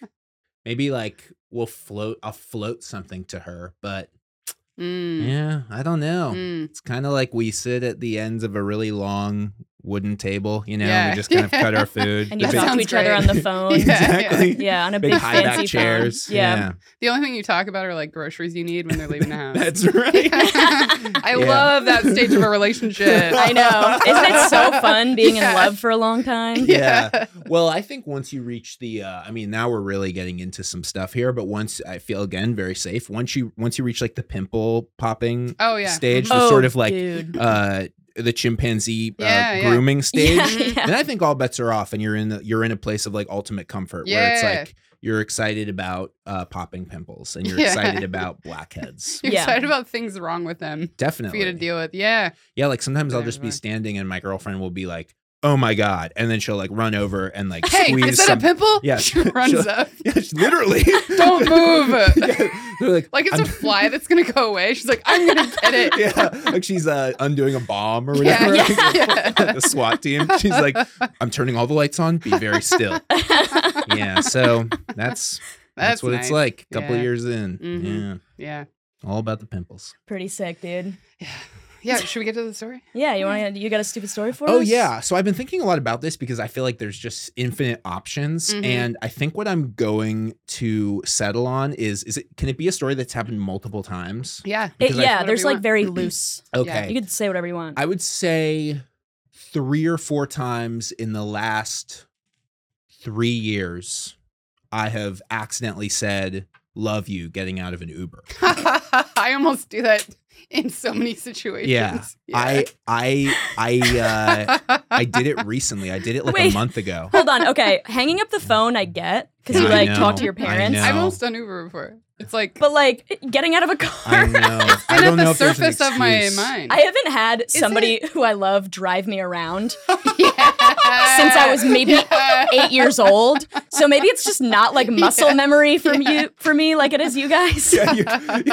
Speaker 3: Maybe like we'll float. I'll float something to her, but
Speaker 2: Mm.
Speaker 3: yeah, I don't know.
Speaker 2: Mm.
Speaker 3: It's kind of like we sit at the ends of a really long wooden table, you know, and
Speaker 2: Yeah.
Speaker 3: we just kind of cut our food.
Speaker 1: And
Speaker 3: The
Speaker 1: you talk
Speaker 2: That
Speaker 3: big-
Speaker 1: to
Speaker 2: sounds
Speaker 1: each other on
Speaker 2: great.
Speaker 1: the phone.
Speaker 2: Yeah.
Speaker 1: yeah.
Speaker 3: exactly.
Speaker 1: on a
Speaker 3: Big,
Speaker 1: big,
Speaker 3: high
Speaker 1: fancy
Speaker 3: back chairs.
Speaker 1: Phone. Yeah.
Speaker 2: The only thing you talk about are like groceries you need when they're leaving the house.
Speaker 3: That's right.
Speaker 2: I
Speaker 3: Yeah.
Speaker 2: love that stage of a relationship.
Speaker 1: I know. Isn't it so fun being
Speaker 2: Yeah.
Speaker 1: in love for a long time?
Speaker 3: Yeah. well, I think once you reach the uh, I mean, now we're really getting into some stuff here, but once I feel again very safe, once you once you reach like the pimple popping
Speaker 2: Oh yeah.
Speaker 3: stage, the
Speaker 1: Oh,
Speaker 3: sort of like
Speaker 1: dude.
Speaker 3: uh the chimpanzee
Speaker 2: Yeah,
Speaker 3: uh,
Speaker 2: yeah.
Speaker 3: grooming stage.
Speaker 1: Yeah, yeah.
Speaker 3: Then I think all bets are off and you're in the, you're in a place of like ultimate comfort where it's
Speaker 2: Yeah.
Speaker 3: like you're excited about uh, popping pimples and you're
Speaker 2: Yeah.
Speaker 3: excited about blackheads.
Speaker 2: You're
Speaker 1: Yeah.
Speaker 2: excited about things wrong with them for
Speaker 3: Definitely.
Speaker 2: you to deal with. Yeah.
Speaker 3: Yeah, like sometimes I'll just be
Speaker 2: Whatever.
Speaker 3: standing and my girlfriend will be like, "Oh my god," and then she'll like run over and like
Speaker 2: Hey, is
Speaker 3: squeeze
Speaker 2: that
Speaker 3: some.
Speaker 2: a pimple?
Speaker 3: Yeah.
Speaker 2: She runs
Speaker 3: Sure.
Speaker 2: up.
Speaker 3: yeah, she- literally.
Speaker 2: Don't move.
Speaker 3: yeah, they're like,
Speaker 2: Like it's
Speaker 3: I'm-
Speaker 2: a fly that's gonna go away. She's like, I'm gonna get it.
Speaker 3: Yeah, like she's uh, undoing a bomb or whatever.
Speaker 2: yeah,
Speaker 3: Like,
Speaker 2: yeah.
Speaker 3: the SWAT team. She's like, "I'm turning all the lights on. Be very still." yeah, so that's that's,
Speaker 2: That's
Speaker 3: what
Speaker 2: nice.
Speaker 3: it's like. A couple
Speaker 2: Yeah.
Speaker 3: years in,
Speaker 2: Mhm. Yeah.
Speaker 3: yeah, all about the pimples.
Speaker 1: Pretty sick, dude.
Speaker 2: Yeah. Should we get to the story?
Speaker 1: Yeah, you want to? You got a stupid story for us?
Speaker 3: Oh yeah. So I've been thinking a lot about this because I feel like there's just infinite options,
Speaker 2: Mhm.
Speaker 3: and I think what I'm going to settle on is is it can it be a story that's happened multiple times?
Speaker 2: Yeah.
Speaker 1: It-
Speaker 3: Because I-
Speaker 1: yeah,
Speaker 2: Whatever
Speaker 1: there's
Speaker 2: you
Speaker 1: like
Speaker 2: want.
Speaker 1: very loose.
Speaker 3: Okay.
Speaker 1: You could say whatever you want.
Speaker 3: I would say three or four times in the last three years, I have accidentally said "love you" getting out of an Uber.
Speaker 2: I almost do that in so many situations.
Speaker 3: Yeah, I I I uh, I did it recently. I did it like
Speaker 1: Wait.
Speaker 3: a month ago.
Speaker 1: Hold on. Okay, hanging up the phone, I get because you
Speaker 3: Yeah, I
Speaker 1: like talk
Speaker 3: know.
Speaker 1: to your
Speaker 3: I
Speaker 1: parents,
Speaker 3: know.
Speaker 2: I've almost done Uber before. It's like
Speaker 1: but like getting out of a
Speaker 3: I
Speaker 1: car.
Speaker 3: know. I
Speaker 2: been
Speaker 3: don't
Speaker 2: at the
Speaker 3: know if there's an
Speaker 2: surface of my
Speaker 3: excuse.
Speaker 2: mind.
Speaker 1: I haven't had somebody who I love drive me around
Speaker 2: Yeah.
Speaker 1: since I was maybe
Speaker 2: Yeah.
Speaker 1: eight years old. So maybe it's just not like muscle memory for you for me like it is you guys.
Speaker 3: Yeah, you,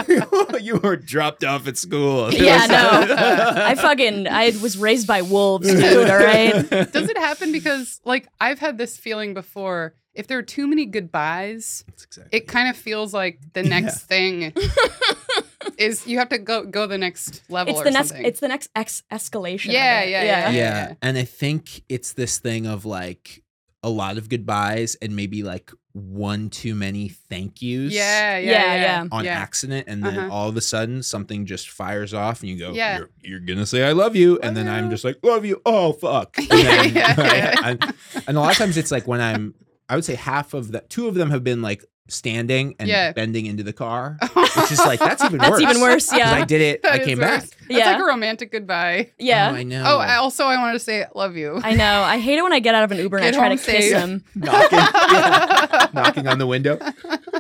Speaker 3: you, you were dropped off at school.
Speaker 1: Yeah, no. I fucking I was raised by wolves, dude. All right.
Speaker 2: Does it happen because like I've had this feeling before? If there are too many goodbyes,
Speaker 3: That's exactly.
Speaker 2: it kind of feels like the next thing is you have to go go the next level.
Speaker 1: It's
Speaker 2: or
Speaker 1: the next.
Speaker 2: something.
Speaker 1: It's the next ex escalation. of
Speaker 2: Yeah,
Speaker 1: it.
Speaker 2: yeah,
Speaker 3: yeah.
Speaker 2: yeah.
Speaker 3: and I think it's this thing of like a lot of goodbyes and maybe like one too many thank yous
Speaker 2: Yeah,
Speaker 1: Yeah,
Speaker 2: yeah, yeah.
Speaker 1: yeah.
Speaker 3: on accident and then
Speaker 2: Uh-huh.
Speaker 3: all of a sudden something just fires off and you go
Speaker 2: Yeah.
Speaker 3: you're, you're gonna say i love you and
Speaker 2: Love
Speaker 3: then i'm
Speaker 2: you.
Speaker 3: just like love you oh fuck and, then-
Speaker 2: Yeah, yeah, yeah.
Speaker 3: and- and a lot of times it's like when i'm i would say half of the two of them have been like standing and
Speaker 2: Yeah.
Speaker 3: bending into the car which is like that's even
Speaker 1: That's
Speaker 3: worse
Speaker 1: even worse.
Speaker 3: 'Cause i
Speaker 1: Yeah.
Speaker 3: did it
Speaker 2: That
Speaker 3: i
Speaker 2: is
Speaker 3: came
Speaker 2: worse.
Speaker 3: back
Speaker 2: It's like
Speaker 1: Yeah.
Speaker 2: a romantic goodbye.
Speaker 1: Yeah.
Speaker 3: oh, i know
Speaker 2: Oh, I also I wanted to say love you.
Speaker 1: I know. I hate it when I get out of an Uber and I
Speaker 2: Get
Speaker 1: try
Speaker 2: home
Speaker 1: to kiss
Speaker 2: safe.
Speaker 1: him.
Speaker 3: knocking, yeah. knocking on the window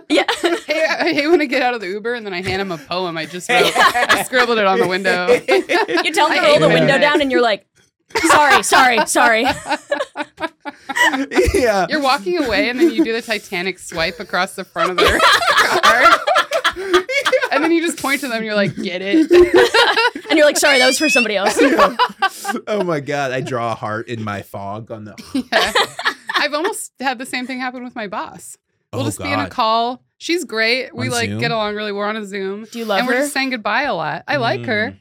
Speaker 1: Yeah.
Speaker 2: Hey, I hate when I get out of the Uber and then I hand him a poem I just wrote. I scribbled it on the window.
Speaker 1: You tell them
Speaker 2: I
Speaker 1: to roll
Speaker 2: hate
Speaker 1: the
Speaker 2: it.
Speaker 1: window down and you're like, sorry, sorry, sorry.
Speaker 3: yeah
Speaker 2: You're walking away and then you do the Titanic swipe across the front of their car. And then you just point to them and you're like, get it.
Speaker 1: And you're like, sorry, that was for somebody else.
Speaker 3: oh my god i draw a heart in my fog on the
Speaker 2: Yeah. I've almost had the same thing happen with my boss. We'll
Speaker 3: Oh,
Speaker 2: just be in a
Speaker 3: God.
Speaker 2: call. She's great. We
Speaker 3: On
Speaker 2: like
Speaker 3: Zoom?
Speaker 2: get along really. We're on a Zoom.
Speaker 1: Do you love
Speaker 2: and we're
Speaker 1: her?
Speaker 2: just saying goodbye a lot. I like her.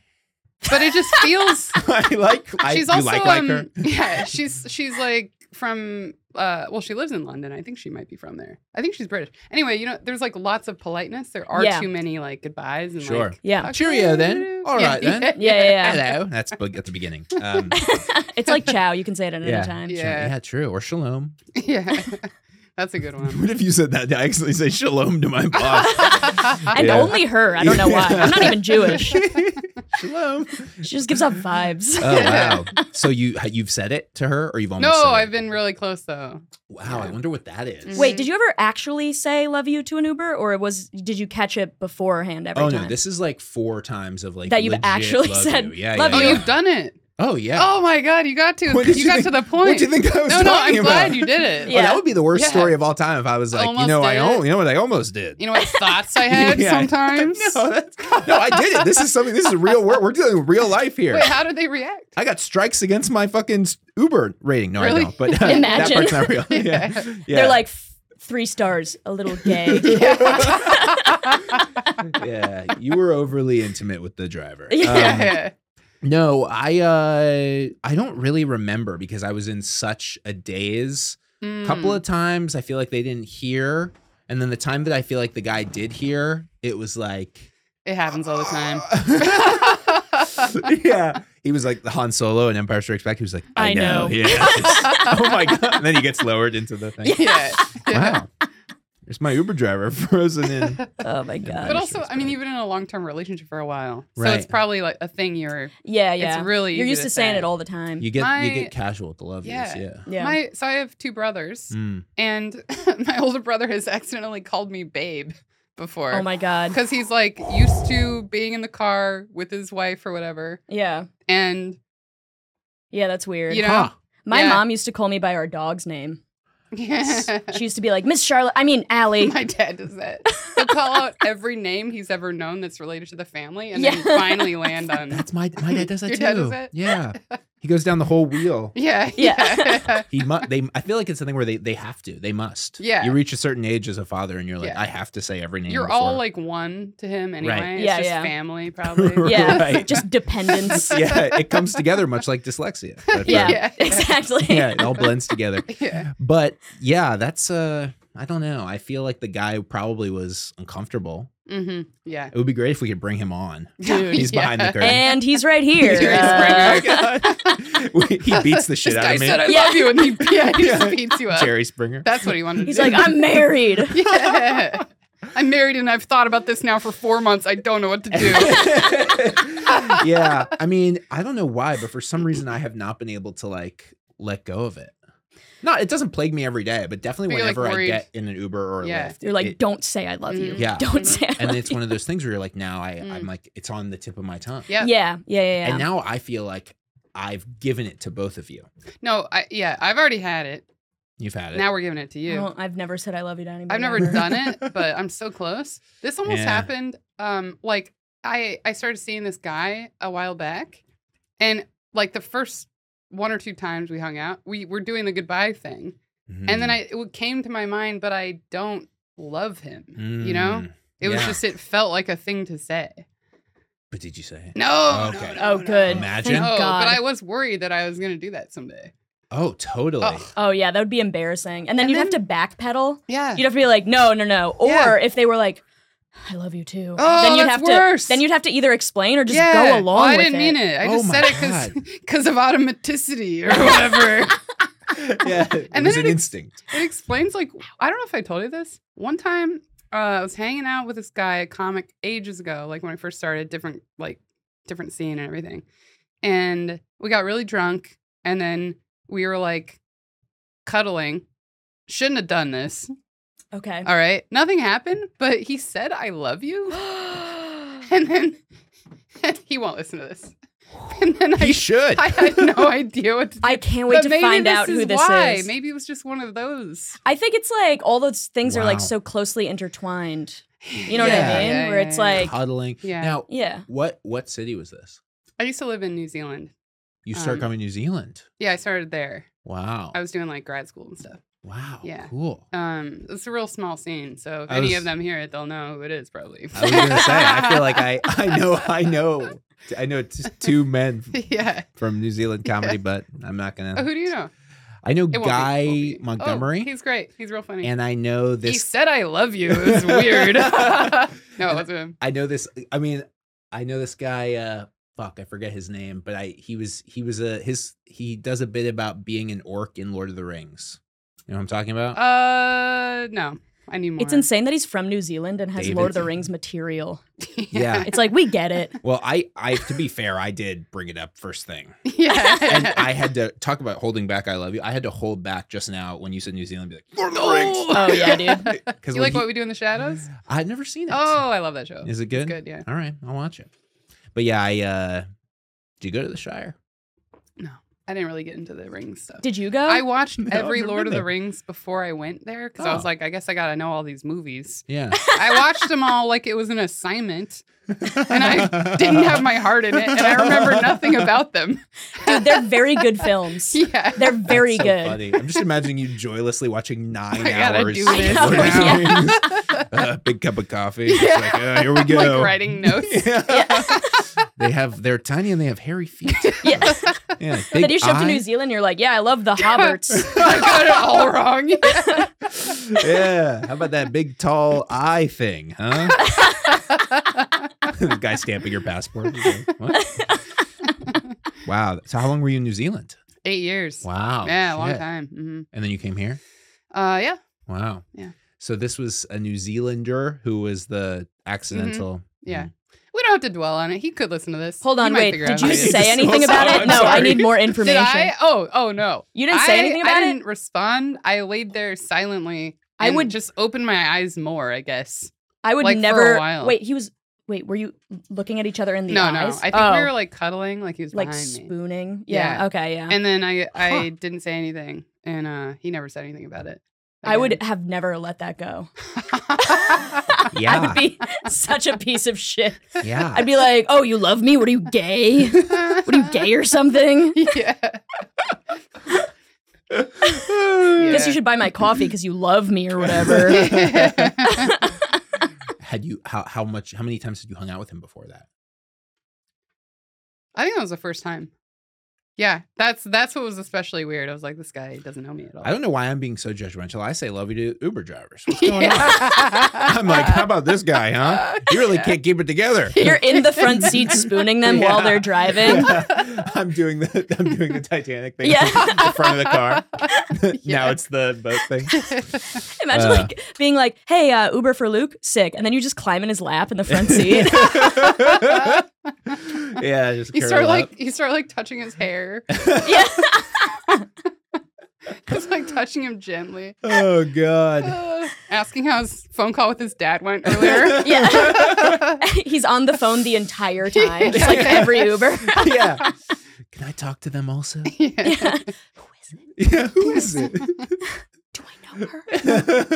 Speaker 2: But it just feels
Speaker 3: I like. Mm. I,
Speaker 2: she's
Speaker 3: you
Speaker 2: also
Speaker 3: like, like
Speaker 2: um,
Speaker 3: her.
Speaker 2: yeah she's she's like from uh well she lives in london i think she might be from there i think she's british anyway you know there's like lots of politeness there are
Speaker 1: Yeah.
Speaker 2: too many like goodbyes and
Speaker 3: Sure.
Speaker 2: like
Speaker 1: Yeah.
Speaker 2: "Okay,
Speaker 3: Cheerio then. All right then.
Speaker 1: Yeah, yeah, yeah.
Speaker 3: Hello. That's big at the beginning. Um,
Speaker 1: It's like chow. You can say it at any time.
Speaker 2: Yeah.
Speaker 3: yeah, true. Or shalom.
Speaker 2: yeah that's a good one
Speaker 3: What if you said that to actually say shalom to my boss?
Speaker 1: And
Speaker 3: Yeah.
Speaker 1: only her. I don't know why. I'm not even Jewish.
Speaker 3: shalom.
Speaker 1: She just gives off vibes.
Speaker 3: Oh wow. So you you've said it to her, or you've almost
Speaker 2: no
Speaker 3: said it?
Speaker 2: i've been really close though
Speaker 3: Wow. I wonder what that is.
Speaker 1: Wait, did you ever actually say love you to an Uber or it was did you catch it beforehand every
Speaker 3: Oh
Speaker 1: time?
Speaker 3: no! This is like four times of like
Speaker 1: That you've
Speaker 3: legit
Speaker 1: actually
Speaker 3: love
Speaker 1: said,
Speaker 3: you. Yeah,
Speaker 1: "Love
Speaker 3: yeah,
Speaker 2: oh
Speaker 1: you."
Speaker 3: yeah.
Speaker 2: you've done it
Speaker 3: Oh yeah.
Speaker 2: oh my god you got to
Speaker 3: What
Speaker 2: you,
Speaker 3: did you
Speaker 2: got
Speaker 3: think-
Speaker 2: to the point
Speaker 3: What do you think I was
Speaker 2: Oh, no no i'm
Speaker 3: talking
Speaker 2: glad
Speaker 3: about?
Speaker 2: you did it
Speaker 1: Yeah.
Speaker 3: Oh, that would be the worst
Speaker 2: Yeah.
Speaker 3: story of all time if I was like, you
Speaker 2: Almost
Speaker 3: know, I
Speaker 2: did
Speaker 3: own,
Speaker 2: it.
Speaker 3: you know what I almost did.
Speaker 2: you know what thoughts i had
Speaker 3: Yeah.
Speaker 2: sometimes
Speaker 3: No, that's, no, I did it. This is something. This is real work. We're dealing with real life here.
Speaker 2: wait how did they react
Speaker 3: I got strikes against my fucking Uber rating. No, I
Speaker 2: Really?
Speaker 3: don't. But uh, that
Speaker 1: Imagine.
Speaker 3: part's not real. yeah. yeah.
Speaker 1: They're like "F- three stars, a little gay.
Speaker 3: yeah, you were overly intimate with the driver. Um,
Speaker 2: yeah
Speaker 3: no, I uh, I don't really remember because I was in such a daze.
Speaker 2: Hmm,
Speaker 3: A couple
Speaker 2: Mm.
Speaker 3: of times I feel like they didn't hear, and then the time that I feel like the guy did hear, it was like,
Speaker 2: It happens all the time.
Speaker 3: yeah, he was like the Han Solo in Empire Strikes Back. He was like, I,
Speaker 1: I know.
Speaker 3: Yeah. oh my god! And then he gets lowered into the thing.
Speaker 2: yeah.
Speaker 3: Wow. There's my Uber driver frozen in.
Speaker 1: Oh my god.
Speaker 2: But also,
Speaker 3: it's
Speaker 2: I mean,
Speaker 3: bad.
Speaker 2: you've been in a long term relationship for a while. So
Speaker 3: Right.
Speaker 2: it's probably like a thing you're.
Speaker 1: Yeah, yeah.
Speaker 2: It's really.
Speaker 1: You're
Speaker 2: easy
Speaker 1: used to saying
Speaker 2: say.
Speaker 1: it all the time.
Speaker 3: You get you
Speaker 2: My-
Speaker 3: get casual with the love yeah.
Speaker 2: Yeah.
Speaker 3: yeah.
Speaker 1: yeah.
Speaker 2: My, so I have two brothers,
Speaker 3: Mm.
Speaker 2: and my older brother has accidentally called me babe before.
Speaker 1: oh my god.
Speaker 2: Because he's like used to being in the car with his wife or whatever.
Speaker 1: Yeah. And
Speaker 2: And,
Speaker 1: yeah, that's weird.
Speaker 2: you know.
Speaker 1: my
Speaker 2: yeah.
Speaker 1: mom used to call me by our dog's name.
Speaker 2: Yeah.
Speaker 1: She used to be like, Miss Charlotte, I mean, Allie.
Speaker 2: My dad does that. He'll call out every name he's ever known that's related to the family, and
Speaker 1: Yeah.
Speaker 2: then finally land on.
Speaker 3: That's my my dad does that
Speaker 2: Your
Speaker 3: too.
Speaker 2: dad does that?
Speaker 3: Yeah, he goes down the whole wheel.
Speaker 2: Yeah.
Speaker 1: Yeah.
Speaker 2: yeah.
Speaker 3: He mu- they I feel like it's something where they they have to they must.
Speaker 2: Yeah.
Speaker 3: you reach a certain age as a father, and you're like,
Speaker 2: Yeah.
Speaker 3: I have to say every name.
Speaker 2: You're
Speaker 3: before.
Speaker 2: all like one to him anyway. It's
Speaker 1: Yeah,
Speaker 2: just
Speaker 1: yeah.
Speaker 2: family probably.
Speaker 1: Yeah.
Speaker 3: Right.
Speaker 1: Just dependence.
Speaker 3: yeah, it comes together much like dyslexia. But, uh,
Speaker 1: Yeah,
Speaker 2: Yeah.
Speaker 1: exactly.
Speaker 3: yeah, it all blends together.
Speaker 2: yeah.
Speaker 3: But yeah, that's uh, I don't know. I feel like the guy probably was uncomfortable.
Speaker 2: hmm Yeah.
Speaker 3: It would be great if we could bring him on.
Speaker 1: Dude.
Speaker 3: He's
Speaker 2: Yeah.
Speaker 3: behind the curtain.
Speaker 1: And he's right here.
Speaker 2: He's right
Speaker 1: Uh,
Speaker 2: here.
Speaker 3: he beats the shit
Speaker 2: This
Speaker 3: out
Speaker 2: guy
Speaker 3: of me.
Speaker 2: said I
Speaker 1: Yeah.
Speaker 2: love you and he, yeah, he
Speaker 3: Yeah.
Speaker 2: just beats you up.
Speaker 3: Jerry Springer.
Speaker 2: That's what he wanted to
Speaker 1: He's
Speaker 2: do.
Speaker 1: like, I'm married.
Speaker 2: yeah. I'm married and I've thought about this now for four months. I don't know what to do.
Speaker 3: yeah. I mean, I don't know why, but for some reason I have not been able to like let go of it. Not it doesn't plague me every day, but definitely
Speaker 2: But you're, like,
Speaker 3: whenever I
Speaker 2: worried.
Speaker 3: get in an Uber or a
Speaker 2: Yeah.
Speaker 3: Lyft.
Speaker 1: You're like,
Speaker 3: it-
Speaker 1: don't say I love you.
Speaker 3: Yeah.
Speaker 1: Don't say I
Speaker 3: and
Speaker 1: love
Speaker 3: then it's one of those things where you're like, now I, I'm
Speaker 2: Mm.
Speaker 3: like, it's on the tip of my tongue.
Speaker 2: yeah.
Speaker 1: you. Yeah, yeah, yeah, yeah.
Speaker 3: And now I feel like I've given it to both of you.
Speaker 2: No, I, yeah, I've already had it.
Speaker 3: You've had it.
Speaker 2: Now we're giving it to you.
Speaker 1: Well, I've never said I love you to anybody.
Speaker 2: I've never
Speaker 1: ever.
Speaker 2: done it, but I'm so close. This almost
Speaker 3: Yeah.
Speaker 2: happened. Um, like I I started seeing this guy a while back, and like the first one or two times we hung out, we were doing the goodbye thing, and
Speaker 3: Mm.
Speaker 2: then I it w- came to my mind, but I don't love him.
Speaker 3: Mm.
Speaker 2: You know,
Speaker 3: Mm.
Speaker 2: it was
Speaker 3: Yeah.
Speaker 2: just it felt like a thing to say.
Speaker 3: But did you say it?
Speaker 2: No, no,
Speaker 3: Okay.
Speaker 2: no,
Speaker 1: Oh,
Speaker 2: no.
Speaker 1: good.
Speaker 3: Imagine.
Speaker 2: No,
Speaker 1: God.
Speaker 2: but I was worried that I was going to do that someday.
Speaker 3: Oh, totally.
Speaker 2: Ugh.
Speaker 1: Oh yeah, that would be embarrassing. And then
Speaker 2: And
Speaker 1: you'd
Speaker 2: then-
Speaker 1: have to backpedal.
Speaker 2: Yeah.
Speaker 1: You'd have to be like, no, no, no. Or
Speaker 2: Yeah.
Speaker 1: if they were like, I love you too.
Speaker 2: Oh,
Speaker 1: then you'd
Speaker 2: that's
Speaker 1: have
Speaker 2: worse.
Speaker 1: to then you'd have to either explain or just
Speaker 2: Yeah.
Speaker 1: go along
Speaker 2: Well, I
Speaker 1: with
Speaker 2: didn't mean it. I
Speaker 3: Oh
Speaker 2: just
Speaker 3: my
Speaker 2: said it
Speaker 3: God.
Speaker 2: because of automaticity or whatever.
Speaker 3: yeah.
Speaker 2: And
Speaker 3: it was
Speaker 2: then
Speaker 3: an
Speaker 2: it-
Speaker 3: instinct.
Speaker 2: it explains like I don't know if I told you this. One time, uh, I was hanging out with this guy at comic ages ago, like when I first started, different like different scene and everything. And we got really drunk, and then we were like cuddling. Shouldn't have done this.
Speaker 1: Okay.
Speaker 2: All right, nothing happened, but he said I love you, and then he won't listen to this. And then I,
Speaker 3: He should.
Speaker 2: I had no idea what to do.
Speaker 1: I can't wait
Speaker 2: But
Speaker 1: to
Speaker 2: maybe
Speaker 1: find
Speaker 2: this
Speaker 1: out who
Speaker 2: is
Speaker 1: this
Speaker 2: why.
Speaker 1: is.
Speaker 2: Maybe it was just one of those.
Speaker 1: I think it's like all those things are
Speaker 3: Wow.
Speaker 1: like so closely intertwined. You know what
Speaker 3: Yeah.
Speaker 1: I mean?
Speaker 2: Yeah,
Speaker 1: Where
Speaker 2: yeah,
Speaker 1: it's
Speaker 2: yeah.
Speaker 1: like,
Speaker 3: Cuddling.
Speaker 2: Yeah.
Speaker 3: Now,
Speaker 1: yeah.
Speaker 3: what what city was this?
Speaker 2: I used to live in New Zealand.
Speaker 3: You start
Speaker 2: Um,
Speaker 3: coming to New Zealand.
Speaker 2: Yeah, I started there.
Speaker 3: Wow.
Speaker 2: I was doing like grad school and stuff.
Speaker 3: wow.
Speaker 2: yeah.
Speaker 3: Cool.
Speaker 2: Um, it's a real small scene, so if
Speaker 3: I
Speaker 2: any
Speaker 3: was-
Speaker 2: of them hear it, they'll know who it is probably.
Speaker 3: I was gonna say. I feel like I I know I know I know t- two men
Speaker 2: yeah.
Speaker 3: from New Zealand comedy, but I'm not
Speaker 2: Oh, who
Speaker 3: gonna.
Speaker 2: do you know?
Speaker 3: I know
Speaker 2: It won't be-
Speaker 3: Guy
Speaker 2: won't be. Oh,
Speaker 3: Montgomery,
Speaker 2: he's great. He's real funny.
Speaker 3: and I know
Speaker 2: he
Speaker 3: this.
Speaker 2: said, "I love you." It was weird. no, it
Speaker 3: And-
Speaker 2: wasn't him.
Speaker 3: I know this. I mean, I know this guy. uh Fuck, I forget his name, but I he was he was a his he does a bit about being an orc in Lord of the Rings. You know what I'm talking about?
Speaker 2: Uh, no. I need more.
Speaker 1: It's insane that he's from New Zealand and has
Speaker 3: David.
Speaker 1: Lord of the Rings material.
Speaker 3: yeah.
Speaker 1: It's like, we get it.
Speaker 3: Well, I I to be fair, I did bring it up first thing.
Speaker 2: yeah.
Speaker 3: And I had to talk about holding back. I love you. I had to hold back just now when you said New Zealand. Be like Lord of the Rings.
Speaker 1: Oh, yeah, dude.
Speaker 3: Because
Speaker 2: You like what we do in the shadows?
Speaker 3: I'd never seen it.
Speaker 2: Oh, I love that show.
Speaker 3: is it good?
Speaker 2: It's good. Yeah.
Speaker 3: All right, I'll watch it. But yeah, I uh do you go to the Shire?
Speaker 2: I didn't really get into the ring stuff.
Speaker 1: Did you go?
Speaker 2: I watched
Speaker 3: No, I've
Speaker 2: every
Speaker 3: never
Speaker 2: Lord
Speaker 3: been
Speaker 2: of the
Speaker 3: there.
Speaker 2: Rings before I went there because I was
Speaker 3: Oh.
Speaker 2: like, I guess I gotta know all these movies.
Speaker 3: Yeah.
Speaker 2: I watched them all like it was an assignment, and I didn't have my heart in it, and I remember nothing about them.
Speaker 1: Dude, they're very good films.
Speaker 2: Yeah,
Speaker 1: They're very
Speaker 3: That's so
Speaker 1: good.
Speaker 3: funny. I'm just imagining you joylessly watching nine
Speaker 2: I gotta
Speaker 3: hours.
Speaker 2: do
Speaker 3: of
Speaker 2: this
Speaker 3: Lord of the
Speaker 1: now.
Speaker 3: Rings. Uh, big cup of coffee. It's
Speaker 2: Yeah.
Speaker 3: like, uh, here we go.
Speaker 2: like writing notes.
Speaker 3: Yeah. They have they're tiny and they have hairy feet.
Speaker 1: Yeah.
Speaker 3: Yeah.
Speaker 1: But then
Speaker 3: big
Speaker 1: you show up to New
Speaker 3: eyes.
Speaker 1: Zealand, you're like, yeah, I love the Hobbits.
Speaker 2: I got it all wrong.
Speaker 3: yeah. How about that big tall eye thing, huh? the guy stamping your passport. He's like, "What?" wow. So how long were you in New Zealand?
Speaker 2: Eight years.
Speaker 3: Wow.
Speaker 2: yeah, long
Speaker 3: shit.
Speaker 2: time. hmm
Speaker 3: And then you came here?
Speaker 2: Uh, yeah,
Speaker 3: Wow.
Speaker 2: Yeah.
Speaker 3: So this was a New Zealander who was the accidental. Mm.
Speaker 2: yeah. We don't have to dwell on it. He could listen to this.
Speaker 1: Hold
Speaker 2: He
Speaker 1: on,
Speaker 2: might
Speaker 1: wait.
Speaker 2: figure
Speaker 1: Did
Speaker 2: out
Speaker 1: you
Speaker 2: how to
Speaker 3: is.
Speaker 1: say
Speaker 3: I'm
Speaker 1: anything about
Speaker 3: sorry,
Speaker 1: it? No, I
Speaker 3: sorry.
Speaker 1: need more
Speaker 2: Did
Speaker 1: information.
Speaker 2: I? Oh, oh no.
Speaker 1: You didn't say anything
Speaker 2: I
Speaker 1: about it?
Speaker 2: didn't respond. I laid there silently.
Speaker 1: I
Speaker 2: and
Speaker 1: would-
Speaker 2: just open my eyes more, I guess.
Speaker 1: I would
Speaker 2: like, for a
Speaker 1: never.
Speaker 2: while.
Speaker 1: Wait, he was. Wait, were you looking at each other in the
Speaker 2: no,
Speaker 1: eyes?
Speaker 2: no. I think we
Speaker 1: Oh,
Speaker 2: were like cuddling, like he was
Speaker 1: like
Speaker 2: behind me.
Speaker 1: spooning. Yeah.
Speaker 2: Yeah.
Speaker 1: Okay. Yeah.
Speaker 2: And then I I didn't say anything, and uh he never said anything about it.
Speaker 1: I would have never let that go.
Speaker 2: Again.
Speaker 1: I would be such a piece of shit.
Speaker 3: yeah.
Speaker 1: I'd be like, "Oh, you love me? What are you gay? What are you gay or something?"
Speaker 2: yeah.
Speaker 1: Guess you should buy my coffee because you love me or whatever.
Speaker 3: Had you how how much how many times had you hung out with him before that?
Speaker 2: I think that was the first time. Yeah, that's that's what was especially weird. I was like, this guy doesn't know me at all.
Speaker 3: I don't know why I'm being so judgmental. I say love you to Uber drivers. What's going on?
Speaker 2: Yeah.
Speaker 3: I'm like, how about this guy, huh? You really can't keep it together.
Speaker 1: You're in the front seat spooning them while they're driving.
Speaker 3: I'm doing the I'm doing the Titanic thing.
Speaker 1: Yeah.
Speaker 3: the front of the car.
Speaker 2: Yeah.
Speaker 3: Now it's the boat thing.
Speaker 1: Imagine
Speaker 3: Uh.
Speaker 1: like being like, "Hey, uh, Uber for Luke, sick," and then you just climb in his lap in the front seat.
Speaker 3: yeah, just
Speaker 2: You
Speaker 3: curl
Speaker 2: start
Speaker 3: up.
Speaker 2: like you start like touching his hair.
Speaker 1: yeah.
Speaker 2: Just like touching him gently.
Speaker 3: Oh god.
Speaker 2: Uh, asking how his phone call with his dad went earlier.
Speaker 1: Yeah. He's on the phone the entire time, just like every Uber.
Speaker 3: yeah. Can I talk to them also?
Speaker 2: Yeah.
Speaker 3: Yeah, who is it?
Speaker 1: Do I know her?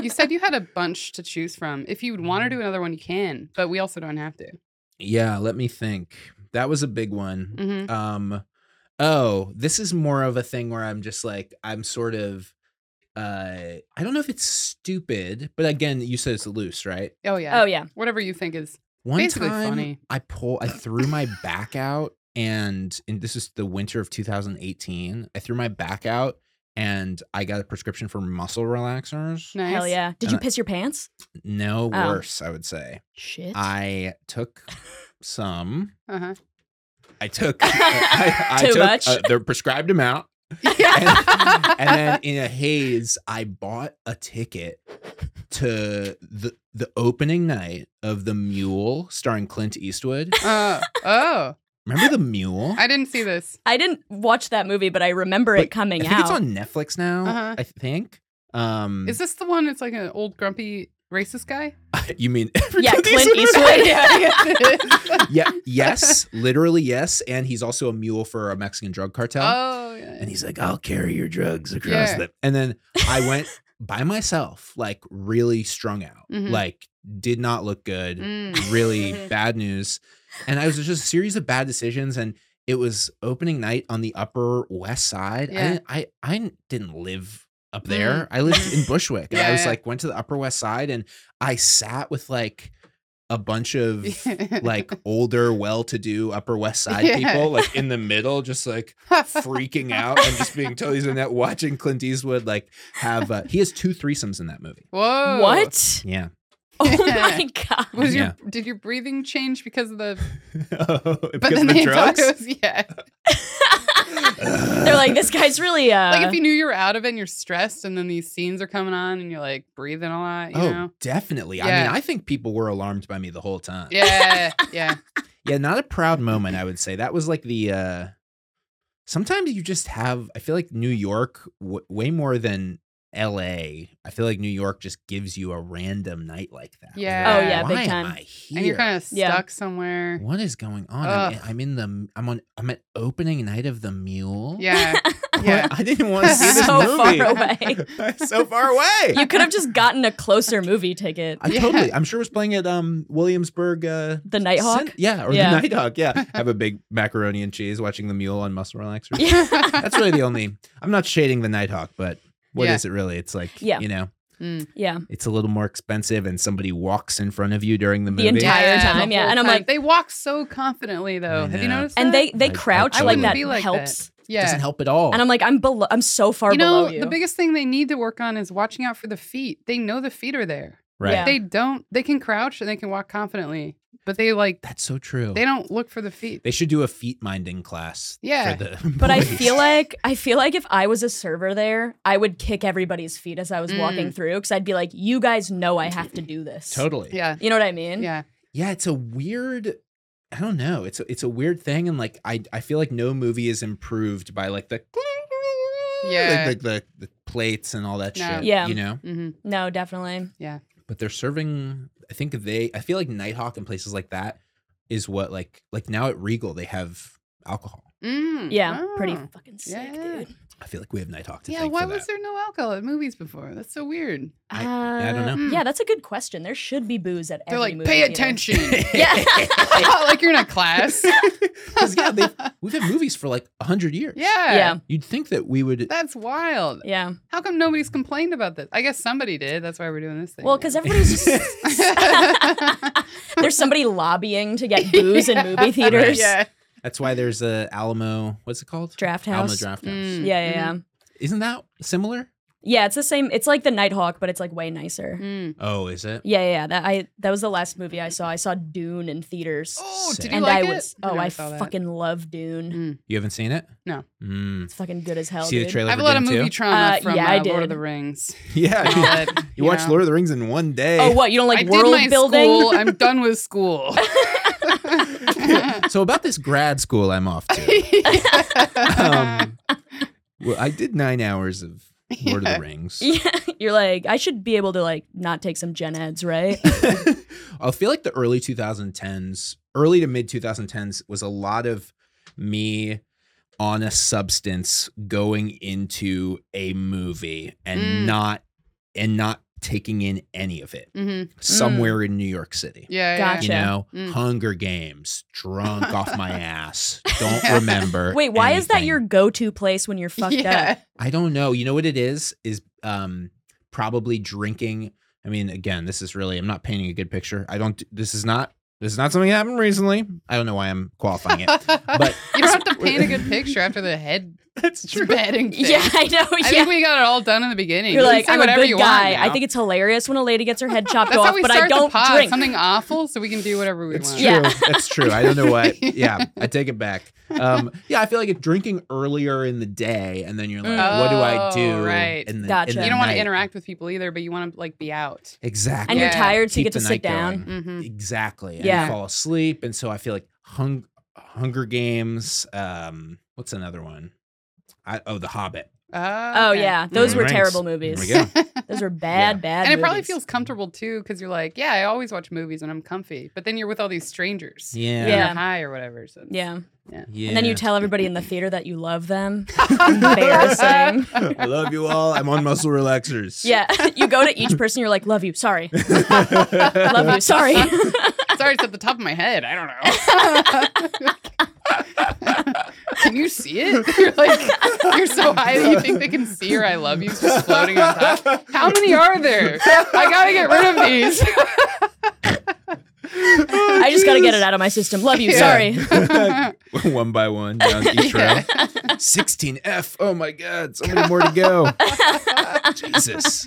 Speaker 2: You said you had a bunch to choose from. If you would want to do another one, you can, but we also don't have to.
Speaker 3: yeah, let me think. That was a big one.
Speaker 2: hmm
Speaker 3: um oh this is more of a thing where i'm just like i'm sort of uh i don't know if it's stupid but again you said it's loose right
Speaker 2: Oh yeah.
Speaker 1: Oh yeah.
Speaker 2: Whatever you think is.
Speaker 3: one
Speaker 2: Basically
Speaker 3: time
Speaker 2: funny.
Speaker 3: i pull i threw my back out and and this is the winter of 2018. I threw my back out and I got a prescription for muscle relaxers.
Speaker 2: Nice.
Speaker 1: Hell yeah. Did
Speaker 3: And
Speaker 1: you
Speaker 3: I-
Speaker 1: piss your pants?
Speaker 3: No
Speaker 1: Hmm. Oh.
Speaker 3: worse, I would say.
Speaker 1: Shit.
Speaker 3: I took some.
Speaker 2: Uh-huh.
Speaker 3: I took. I, I
Speaker 1: Too
Speaker 3: took,
Speaker 1: much.
Speaker 3: Uh, the prescribed amount.
Speaker 2: Yeah.
Speaker 3: and then in a haze, I bought a ticket to the the opening night of the Mule, starring Clint Eastwood.
Speaker 2: uh, oh,
Speaker 3: Remember the Mule?
Speaker 2: I didn't see this.
Speaker 1: I didn't watch that movie, but I remember it
Speaker 3: But
Speaker 1: coming
Speaker 3: I think
Speaker 1: out.
Speaker 3: it's on Netflix now.
Speaker 2: Uh-huh.
Speaker 3: I think. Um,
Speaker 2: Is this the one? It's like an old grumpy racist guy.
Speaker 3: you mean?
Speaker 1: yeah,
Speaker 3: Clint
Speaker 1: Clint Eastwood.
Speaker 3: yeah. Yes. Literally yes. And he's also a mule for a Mexican drug cartel.
Speaker 2: Oh, yeah.
Speaker 3: and he's like, "I'll carry your drugs across
Speaker 2: Yeah.
Speaker 3: the." And then I went by myself, like really strung out,
Speaker 2: Mhm.
Speaker 3: like did not look good,
Speaker 2: Mm.
Speaker 3: really
Speaker 2: Mhm.
Speaker 3: bad news, and I was just a series of bad decisions and. It was opening night on the Upper West Side.
Speaker 2: Yeah.
Speaker 3: I, didn't, I I didn't live up there. I lived in Bushwick, and
Speaker 2: Yeah,
Speaker 3: I was
Speaker 2: yeah.
Speaker 3: like went to the Upper West Side, and I sat with like a bunch of like older, well-to-do Upper West Side
Speaker 2: Yeah.
Speaker 3: people, like in the middle, just like freaking out and just being totally he's in that watching Clint Eastwood like have uh, he has two threesomes in that movie.
Speaker 2: Whoa.
Speaker 1: What?
Speaker 3: Yeah.
Speaker 1: Oh my god.
Speaker 2: Was
Speaker 3: Yeah.
Speaker 2: your did your breathing change because of the but
Speaker 3: because
Speaker 2: then
Speaker 3: of
Speaker 2: they
Speaker 3: the
Speaker 2: thought
Speaker 3: drugs.
Speaker 2: it was yeah.
Speaker 1: Uh-huh. They're like, this guy's really uh
Speaker 2: like if you knew you were out of it and you're stressed and then these scenes are coming on and you're like breathing a lot, you
Speaker 3: Oh,
Speaker 2: know?
Speaker 3: definitely. I
Speaker 2: Yeah.
Speaker 3: mean, I think people were alarmed by me the whole time. Yeah,
Speaker 2: Yeah, yeah.
Speaker 3: not a proud moment, I would say. That was like the uh sometimes you just have I feel like New York w- way more than LA. I feel like New York just gives you a random night like that. You're
Speaker 2: Yeah.
Speaker 3: like,
Speaker 2: Oh, yeah,
Speaker 1: big
Speaker 3: Why
Speaker 1: time.
Speaker 3: Am I here?
Speaker 2: And you're kind of stuck
Speaker 1: Yeah.
Speaker 2: somewhere.
Speaker 3: What is going on? I'm,
Speaker 2: Ugh.
Speaker 3: I'm in the. I'm on. I'm at opening night of the Mule.
Speaker 2: Yeah. Yeah.
Speaker 3: I didn't want to see this
Speaker 1: so
Speaker 3: movie.
Speaker 1: far away.
Speaker 3: so far away.
Speaker 1: You could have just gotten a closer movie ticket.
Speaker 3: I
Speaker 2: Yeah.
Speaker 3: totally. I'm sure it was playing at um Williamsburg. Uh,
Speaker 1: The Nighthawk.
Speaker 3: Cen- yeah, or
Speaker 1: Yeah.
Speaker 3: the Nighthawk. Yeah, have a big macaroni and cheese, watching the Mule on Muscle Relaxer. That's really the only. I'm not shading the Nighthawk, but what is
Speaker 2: Yeah.
Speaker 3: it really? It's like
Speaker 1: Yeah.
Speaker 3: you know,
Speaker 2: Mm.
Speaker 1: yeah.
Speaker 3: it's a little more expensive, and somebody walks in front of you during the
Speaker 1: The
Speaker 3: movie.
Speaker 1: entire-
Speaker 2: the
Speaker 1: time, yeah.
Speaker 2: whole
Speaker 1: And I'm
Speaker 2: time.
Speaker 1: like-
Speaker 2: they walk so confidently though.
Speaker 3: I
Speaker 2: Have you
Speaker 3: know.
Speaker 2: noticed?
Speaker 1: And
Speaker 2: that?
Speaker 1: they they
Speaker 3: I- I
Speaker 1: crouch
Speaker 3: totally-
Speaker 1: like that
Speaker 3: Be
Speaker 2: like
Speaker 1: helps.
Speaker 2: yeah.
Speaker 3: doesn't help at all.
Speaker 1: And I'm like, I'm below I'm so far
Speaker 2: you know,
Speaker 1: below you.
Speaker 2: the biggest thing they need to work on is watching out for the feet. They know the feet are there.
Speaker 3: right.
Speaker 1: Yeah.
Speaker 2: They don't. They can crouch and they can walk confidently, but they like
Speaker 3: That's so true.
Speaker 2: they don't look for the feet.
Speaker 3: They should do a feet minding class.
Speaker 2: Yeah.
Speaker 3: For the
Speaker 1: but I
Speaker 3: employees.
Speaker 1: feel like I feel like if I was a server there, I would kick everybody's feet as I was
Speaker 2: Mm.
Speaker 1: walking through because I'd be like, "You guys know I have to do this."
Speaker 3: totally.
Speaker 2: Yeah,
Speaker 1: You know what I mean?
Speaker 2: yeah.
Speaker 3: Yeah, it's a weird. I don't know. It's a, it's a weird thing, and like I I feel like no movie is improved by like the
Speaker 2: Yeah.
Speaker 3: like, the, the the plates and all that
Speaker 2: No.
Speaker 3: shit.
Speaker 1: Yeah.
Speaker 3: you know.
Speaker 2: hmm
Speaker 1: No, definitely.
Speaker 3: But they're serving. I think they. I feel like Nighthawk and places like that is what like like now at Regal they have alcohol.
Speaker 2: Mm.
Speaker 1: Yeah, pretty
Speaker 2: Oh.
Speaker 1: fucking sick,
Speaker 2: Yeah.
Speaker 1: dude.
Speaker 3: I feel like we have Nighthawk to
Speaker 2: Yeah,
Speaker 3: thank
Speaker 2: why
Speaker 3: for
Speaker 2: was
Speaker 3: that.
Speaker 2: there no alcohol at movies before? That's so weird.
Speaker 3: I- I don't
Speaker 1: Uh,
Speaker 2: know.
Speaker 1: Yeah, that's a good question. There should be booze at
Speaker 2: They're
Speaker 1: every
Speaker 2: like,
Speaker 1: movie
Speaker 2: pay
Speaker 1: theater.
Speaker 2: attention.
Speaker 1: Yeah.
Speaker 2: like you're in a class.
Speaker 3: 'Cause, yeah, they we've had movies for like hundred years.
Speaker 2: Yeah.
Speaker 1: Yeah.
Speaker 3: You'd think that we would.
Speaker 2: That's wild.
Speaker 1: Yeah.
Speaker 2: How come nobody's complained about this? I guess somebody did. That's why we're doing this thing.
Speaker 1: Well, because everybody's just there's somebody lobbying to get booze in movie theaters.
Speaker 2: Yeah.
Speaker 3: That's why there's a Alamo. What's it called?
Speaker 1: Draft
Speaker 3: Alamo
Speaker 1: house.
Speaker 3: Draft House.
Speaker 2: Mm.
Speaker 1: Yeah, yeah, yeah.
Speaker 3: Isn't that similar?
Speaker 1: Yeah, it's the same. It's like the Nighthawk, but it's like way nicer.
Speaker 2: Mm.
Speaker 3: Oh, is it?
Speaker 1: Yeah, yeah, yeah. That I that was the last movie I saw. I saw Dune in theaters.
Speaker 2: Oh, did
Speaker 3: Sick.
Speaker 2: you
Speaker 1: and
Speaker 2: like
Speaker 1: I
Speaker 2: it?
Speaker 1: was oh,
Speaker 2: never
Speaker 1: I
Speaker 2: saw that.
Speaker 1: fucking love Dune.
Speaker 2: Mm.
Speaker 3: You haven't seen it?
Speaker 2: No.
Speaker 3: Mm.
Speaker 1: It's fucking good as hell.
Speaker 3: See the
Speaker 1: dude.
Speaker 3: trailer.
Speaker 2: I have a
Speaker 3: for
Speaker 2: lot of
Speaker 3: Dune
Speaker 2: movie
Speaker 3: 2?
Speaker 2: trauma
Speaker 1: Uh,
Speaker 2: from
Speaker 1: yeah,
Speaker 2: uh,
Speaker 1: I
Speaker 2: Lord of
Speaker 1: did.
Speaker 2: the Rings.
Speaker 3: Yeah,
Speaker 2: and all that,
Speaker 3: you watch
Speaker 2: know.
Speaker 3: Lord of the Rings in one day.
Speaker 1: Oh, what you don't like
Speaker 2: I
Speaker 1: world
Speaker 2: did my
Speaker 1: building?
Speaker 2: School. I'm done with school.
Speaker 3: so about this grad school I'm off to. um, well, I did nine hours of Lord of
Speaker 2: Yeah.
Speaker 3: the Rings.
Speaker 1: Yeah, you're like I should be able to like not take some gen eds, right?
Speaker 3: I feel like the early 2010s, early to mid 2010s, was a lot of me on a substance going into a movie and
Speaker 2: Mm.
Speaker 3: not and not taking in any of it.
Speaker 2: Mhm.
Speaker 3: Somewhere in New York City.
Speaker 2: Yeah,
Speaker 1: Gotcha.
Speaker 3: You know,
Speaker 2: Mm.
Speaker 3: Hunger Games, drunk off my ass, don't remember.
Speaker 1: Wait, why is that
Speaker 3: anything.
Speaker 1: your go-to place when you're
Speaker 2: yeah.
Speaker 1: fucked
Speaker 2: yeah.
Speaker 1: up?
Speaker 3: I don't know. You know what it is? Is um probably drinking. I mean, again, this is really I'm not painting a good picture. I don't this is not This is not something that happened recently. I don't know why I'm qualifying it. But
Speaker 2: you don't have to paint a good picture after the head
Speaker 3: that's
Speaker 2: bedding. Thing.
Speaker 1: Yeah, I know.
Speaker 2: I
Speaker 1: yeah.
Speaker 2: think we got it all done in the beginning.
Speaker 1: You're
Speaker 2: You can
Speaker 1: like,
Speaker 2: say
Speaker 1: I'm a
Speaker 2: whatever
Speaker 1: good
Speaker 2: you want
Speaker 1: guy. I
Speaker 2: now.
Speaker 1: think it's hilarious when a lady gets her head chopped
Speaker 2: that's
Speaker 1: off,
Speaker 2: how we
Speaker 1: but
Speaker 2: start
Speaker 1: I don't
Speaker 2: the pod.
Speaker 1: drink.
Speaker 2: Something awful, so we can do whatever we
Speaker 3: It's
Speaker 2: want.
Speaker 3: true.
Speaker 1: Yeah.
Speaker 3: It's true. I don't know why. Yeah, I take it back. Um, yeah, I feel like drinking earlier in the day, and then you're like,
Speaker 2: Mm.
Speaker 3: what do I
Speaker 2: Oh,
Speaker 3: do?
Speaker 2: right.
Speaker 3: in the- in
Speaker 1: Gotcha.
Speaker 3: the
Speaker 2: You don't want to
Speaker 3: night?
Speaker 2: interact with people either, but you want to like be out.
Speaker 3: Exactly.
Speaker 1: and you're
Speaker 2: Yeah.
Speaker 1: tired, so you get
Speaker 3: Keep
Speaker 1: to
Speaker 3: the
Speaker 1: sit
Speaker 3: night
Speaker 1: down.
Speaker 3: going.
Speaker 2: Mm-hmm.
Speaker 3: Exactly. And
Speaker 1: Mm. Yeah.
Speaker 3: you fall asleep, and so I feel like hung, Hunger Games. Um, what's another one? I, oh, The Hobbit.
Speaker 1: Oh yeah, those
Speaker 3: Mm,
Speaker 1: were
Speaker 3: rings.
Speaker 1: terrible
Speaker 3: There we
Speaker 1: movies.
Speaker 3: go.
Speaker 1: Those were bad, bad.
Speaker 2: and it probably
Speaker 1: movies.
Speaker 2: feels comfortable too, because you're like, yeah, I always watch movies when I'm comfy, but then you're with all these strangers.
Speaker 3: Yeah.
Speaker 2: and you're
Speaker 1: Yeah.
Speaker 2: high or whatever. So it's-
Speaker 1: Yeah.
Speaker 3: yeah.
Speaker 1: and then you tell everybody in the theater that you love them. Embarrassing.
Speaker 3: I love you all. I'm on muscle relaxers.
Speaker 1: Yeah, you go to each person. You're like, "Love you, sorry, love you, sorry."
Speaker 2: Sorry, it's at the top of my head. I don't know. can you see it? You're like, you're so high that you think they can see your I love yous just floating on top. How many are there? I gotta get rid of these.
Speaker 1: I just gotta get it out of my system. Love you,
Speaker 2: Yeah.
Speaker 1: sorry.
Speaker 3: one by one down each row. 16F. Oh my God. So many more to go. Jesus.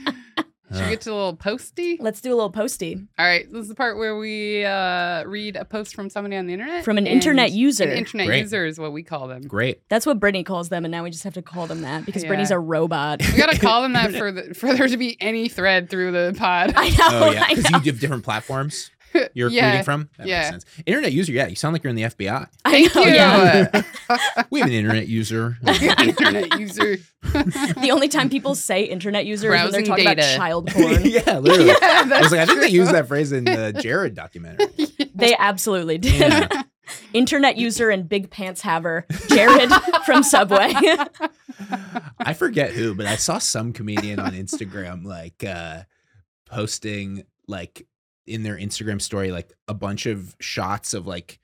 Speaker 2: Should we get to a little posty?
Speaker 1: Let's do a little posty
Speaker 2: All right, this is the part where we uh, read a post from somebody on the internet.
Speaker 1: from an
Speaker 2: and-
Speaker 1: internet user.
Speaker 2: An internet
Speaker 3: Great.
Speaker 2: user is what we call them.
Speaker 3: Great.
Speaker 1: That's what Brittany calls them, and now we just have to call them that because
Speaker 2: Yeah.
Speaker 1: Brittany's a robot.
Speaker 2: We gotta call them that for the, for there to be any thread through the pod.
Speaker 1: I know.
Speaker 3: Oh, yeah.
Speaker 1: I
Speaker 3: Because
Speaker 1: know.
Speaker 3: you have different platforms you're
Speaker 2: Yeah.
Speaker 3: reading from. That
Speaker 2: Yeah.
Speaker 3: makes sense. Internet user. Yeah. You sound like you're in the FBI.
Speaker 1: I
Speaker 2: Thank
Speaker 1: know,
Speaker 2: you,
Speaker 1: yeah.
Speaker 3: We have an internet user.
Speaker 2: internet user.
Speaker 1: The only time people say internet user is when they're
Speaker 2: Browsing
Speaker 1: talking
Speaker 2: data.
Speaker 1: about child porn.
Speaker 3: yeah, literally. I was like, I think they
Speaker 2: true.
Speaker 3: used that phrase in the Jared documentary.
Speaker 1: They absolutely did.
Speaker 3: Yeah.
Speaker 1: Internet user and big pants haver, Jared from Subway.
Speaker 3: I forget who, but I saw some comedian on Instagram like uh posting like in their Instagram story like a bunch of shots of like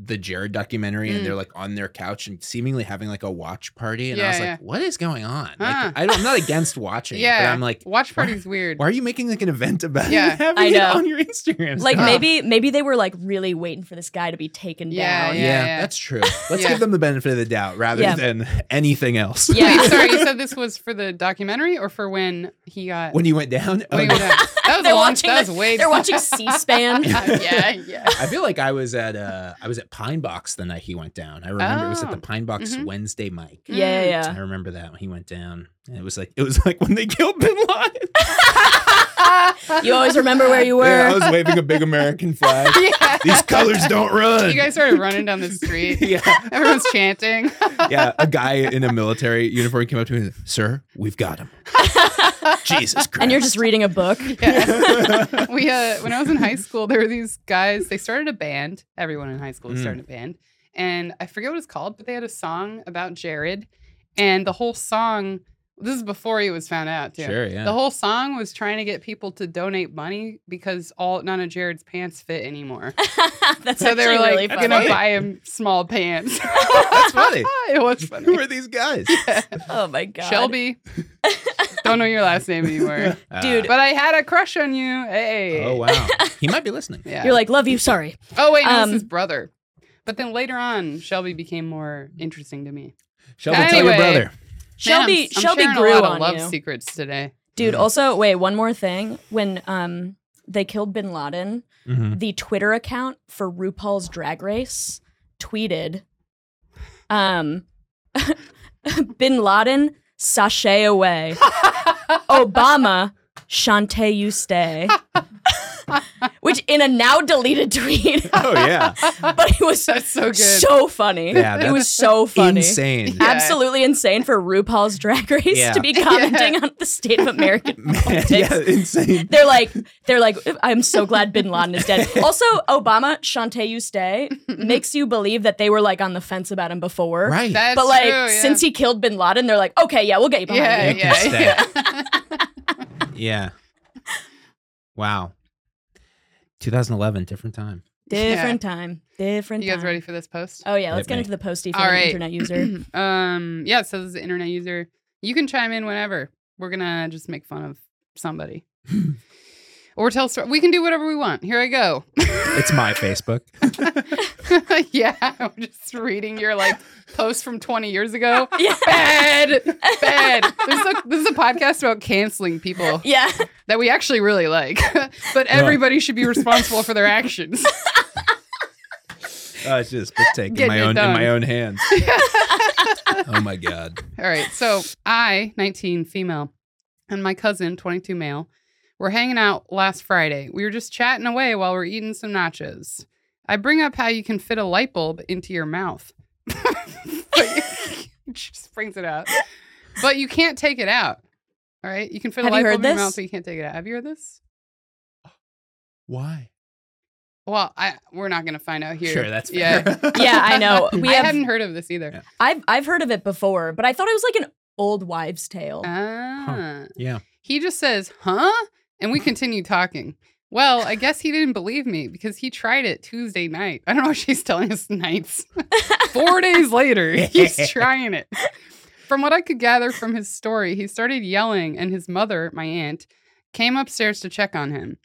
Speaker 3: the Jared documentary
Speaker 2: Mm.
Speaker 3: and they're like on their couch and seemingly having like a watch party and I
Speaker 2: Yeah,
Speaker 3: was
Speaker 2: yeah.
Speaker 3: like what is going on?
Speaker 2: Huh.
Speaker 3: Like, I don't, I'm not against watching, yeah. but
Speaker 2: Yeah.
Speaker 3: I'm like
Speaker 2: Watch party's weird.
Speaker 3: why are you making like an event about
Speaker 2: Yeah,
Speaker 3: yeah, having
Speaker 1: I
Speaker 3: it
Speaker 1: know.
Speaker 3: on your Instagram?
Speaker 1: like
Speaker 3: story?
Speaker 1: maybe maybe they were like really waiting for this guy to be taken
Speaker 2: Yeah,
Speaker 1: down.
Speaker 3: yeah,
Speaker 2: yeah.
Speaker 3: that's true. Let's
Speaker 2: Yeah.
Speaker 3: give them the benefit of the doubt rather
Speaker 1: Yeah.
Speaker 3: than anything else.
Speaker 1: Yeah.
Speaker 2: Wait, sorry, you said this was for the documentary or for when he got.
Speaker 3: when you went down,
Speaker 2: when he
Speaker 3: oh,
Speaker 2: was out? that was
Speaker 1: They're
Speaker 2: a long.
Speaker 1: watching
Speaker 2: That
Speaker 1: the-
Speaker 2: was way.
Speaker 1: They're watching C-SPAN.
Speaker 2: yeah, yeah.
Speaker 3: I feel like I was at uh I was at Pine Box the night he went down. I remember it was at
Speaker 2: Oh.
Speaker 3: the Pine Box
Speaker 2: Mhm.
Speaker 3: Wednesday mic.
Speaker 1: Yeah, yeah,
Speaker 3: I
Speaker 1: yeah.
Speaker 3: remember that when he went down. And it was like it was like when they killed Bin Laden.
Speaker 1: You always remember where you were.
Speaker 3: Mm. Yeah, I was waving a big American flag.
Speaker 2: Yeah.
Speaker 3: These colors don't run.
Speaker 2: You guys started running down the street.
Speaker 3: yeah,
Speaker 2: Everyone's chanting.
Speaker 3: yeah. A guy in a military uniform came up to me and said, Sir, we've got him. Jesus Christ.
Speaker 1: and you're just reading a book.
Speaker 2: Yeah. we uh when I was in high school, there were these guys, they started a band. Everyone in high school
Speaker 3: Mm.
Speaker 2: started a band. And I forget what it's called, but they had a song about Jared. And the whole song, this is before he was found out too.
Speaker 3: Sure, yeah.
Speaker 2: The whole song was trying to get people to donate money because all none of Jared's pants fit anymore.
Speaker 1: That's
Speaker 2: So
Speaker 1: actually
Speaker 2: they were like
Speaker 1: really funny.
Speaker 2: gonna
Speaker 3: funny.
Speaker 2: buy him small pants.
Speaker 3: That's funny.
Speaker 2: it was
Speaker 3: Who
Speaker 2: funny.
Speaker 3: are these guys?
Speaker 1: oh my god.
Speaker 2: Shelby. Don't know your last name anymore.
Speaker 1: Dude.
Speaker 2: But I had a crush on you. Hey.
Speaker 3: Uh, oh wow. He might be listening.
Speaker 2: Yeah.
Speaker 1: You're like, love you, sorry.
Speaker 2: Oh wait, no,
Speaker 1: Um,
Speaker 2: this is brother. But then later on, Shelby became more interesting to me.
Speaker 3: Shelby, tell your
Speaker 2: Anyway.
Speaker 3: brother.
Speaker 1: Shelby
Speaker 2: Man, I'm, I'm
Speaker 1: Shelby
Speaker 2: sharing
Speaker 1: grew
Speaker 2: a lot of
Speaker 1: on
Speaker 2: love
Speaker 1: you.
Speaker 2: secrets today.
Speaker 1: Dude, also wait, one more thing. When um they killed bin Laden,
Speaker 3: Mhm.
Speaker 1: the Twitter account for RuPaul's Drag Race tweeted um bin Laden sashay away. Obama Shantae you stay. Which in a now deleted tweet,
Speaker 3: Oh yeah.
Speaker 1: but it was
Speaker 2: That's so good.
Speaker 1: so funny.
Speaker 3: Yeah,
Speaker 1: it
Speaker 3: that's
Speaker 1: was so funny.
Speaker 3: Insane.
Speaker 2: Yeah.
Speaker 1: absolutely insane for RuPaul's Drag Race
Speaker 3: Yeah.
Speaker 1: to be commenting on the state of American politics.
Speaker 3: yeah, insane.
Speaker 1: They're like, they're like, I'm so glad Bin Laden is dead. Also, Obama, Shantae, you stay makes you believe that they were like on the fence about him before,
Speaker 3: Right.
Speaker 2: That's
Speaker 1: but like,
Speaker 2: true, yeah.
Speaker 1: since he killed Bin Laden, they're like, okay, yeah, we'll get you behind
Speaker 2: yeah,
Speaker 1: yeah,
Speaker 3: You can stay.
Speaker 2: yeah, yeah.
Speaker 3: yeah. Wow. 2011, different time.
Speaker 1: Different time, different.
Speaker 2: You guys
Speaker 1: time.
Speaker 2: ready for this post?
Speaker 1: Oh yeah, let's
Speaker 3: Hit
Speaker 1: get
Speaker 3: me.
Speaker 1: into the posty for
Speaker 2: All
Speaker 1: the
Speaker 2: right.
Speaker 1: internet user.
Speaker 2: um, yeah. So this is an internet user. You can chime in whenever. We're gonna just make fun of somebody. or tell story. We can do whatever we want. Here I go.
Speaker 3: It's my Facebook.
Speaker 2: yeah, I'm just reading your like post from 20 years ago.
Speaker 1: Yeah.
Speaker 2: Bad, bad. This is, a, this is a podcast about canceling people
Speaker 1: Yeah.
Speaker 2: that we actually really like, but everybody should be responsible for their actions.
Speaker 3: Uh, it's just
Speaker 4: Taking
Speaker 2: Getting
Speaker 4: my
Speaker 2: it
Speaker 4: own in
Speaker 2: done.
Speaker 4: my own hands. oh my god.
Speaker 2: All right. So I, 19 female, and my cousin, 22 male, were hanging out last Friday. We were just chatting away while we are eating some nachos. I bring up how you can fit a light bulb into your mouth. But- she just brings it up. But you can't take it out. All right. You can fit
Speaker 1: Have
Speaker 2: a
Speaker 1: you
Speaker 2: light
Speaker 1: heard
Speaker 2: bulb in your
Speaker 1: this?
Speaker 2: mouth, but you can't take it out. Have you heard this?
Speaker 3: Why?
Speaker 2: Well, I we're not gonna find out here.
Speaker 3: Sure, that's fair.
Speaker 2: yeah.
Speaker 1: Yeah, I know. We
Speaker 2: I
Speaker 1: have
Speaker 2: hadn't heard of this either.
Speaker 3: Yeah.
Speaker 1: I've I've heard of it before, but I thought it was like an old wives' tale.
Speaker 2: Ah.
Speaker 3: Yeah.
Speaker 2: He just says, huh? And we continue talking. Well, I guess he didn't believe me because he tried it Tuesday night. I don't know if she's telling us nights. Four days later, he's trying it. From what I could gather from his story, he started yelling, and his mother, my aunt, came upstairs to check on him.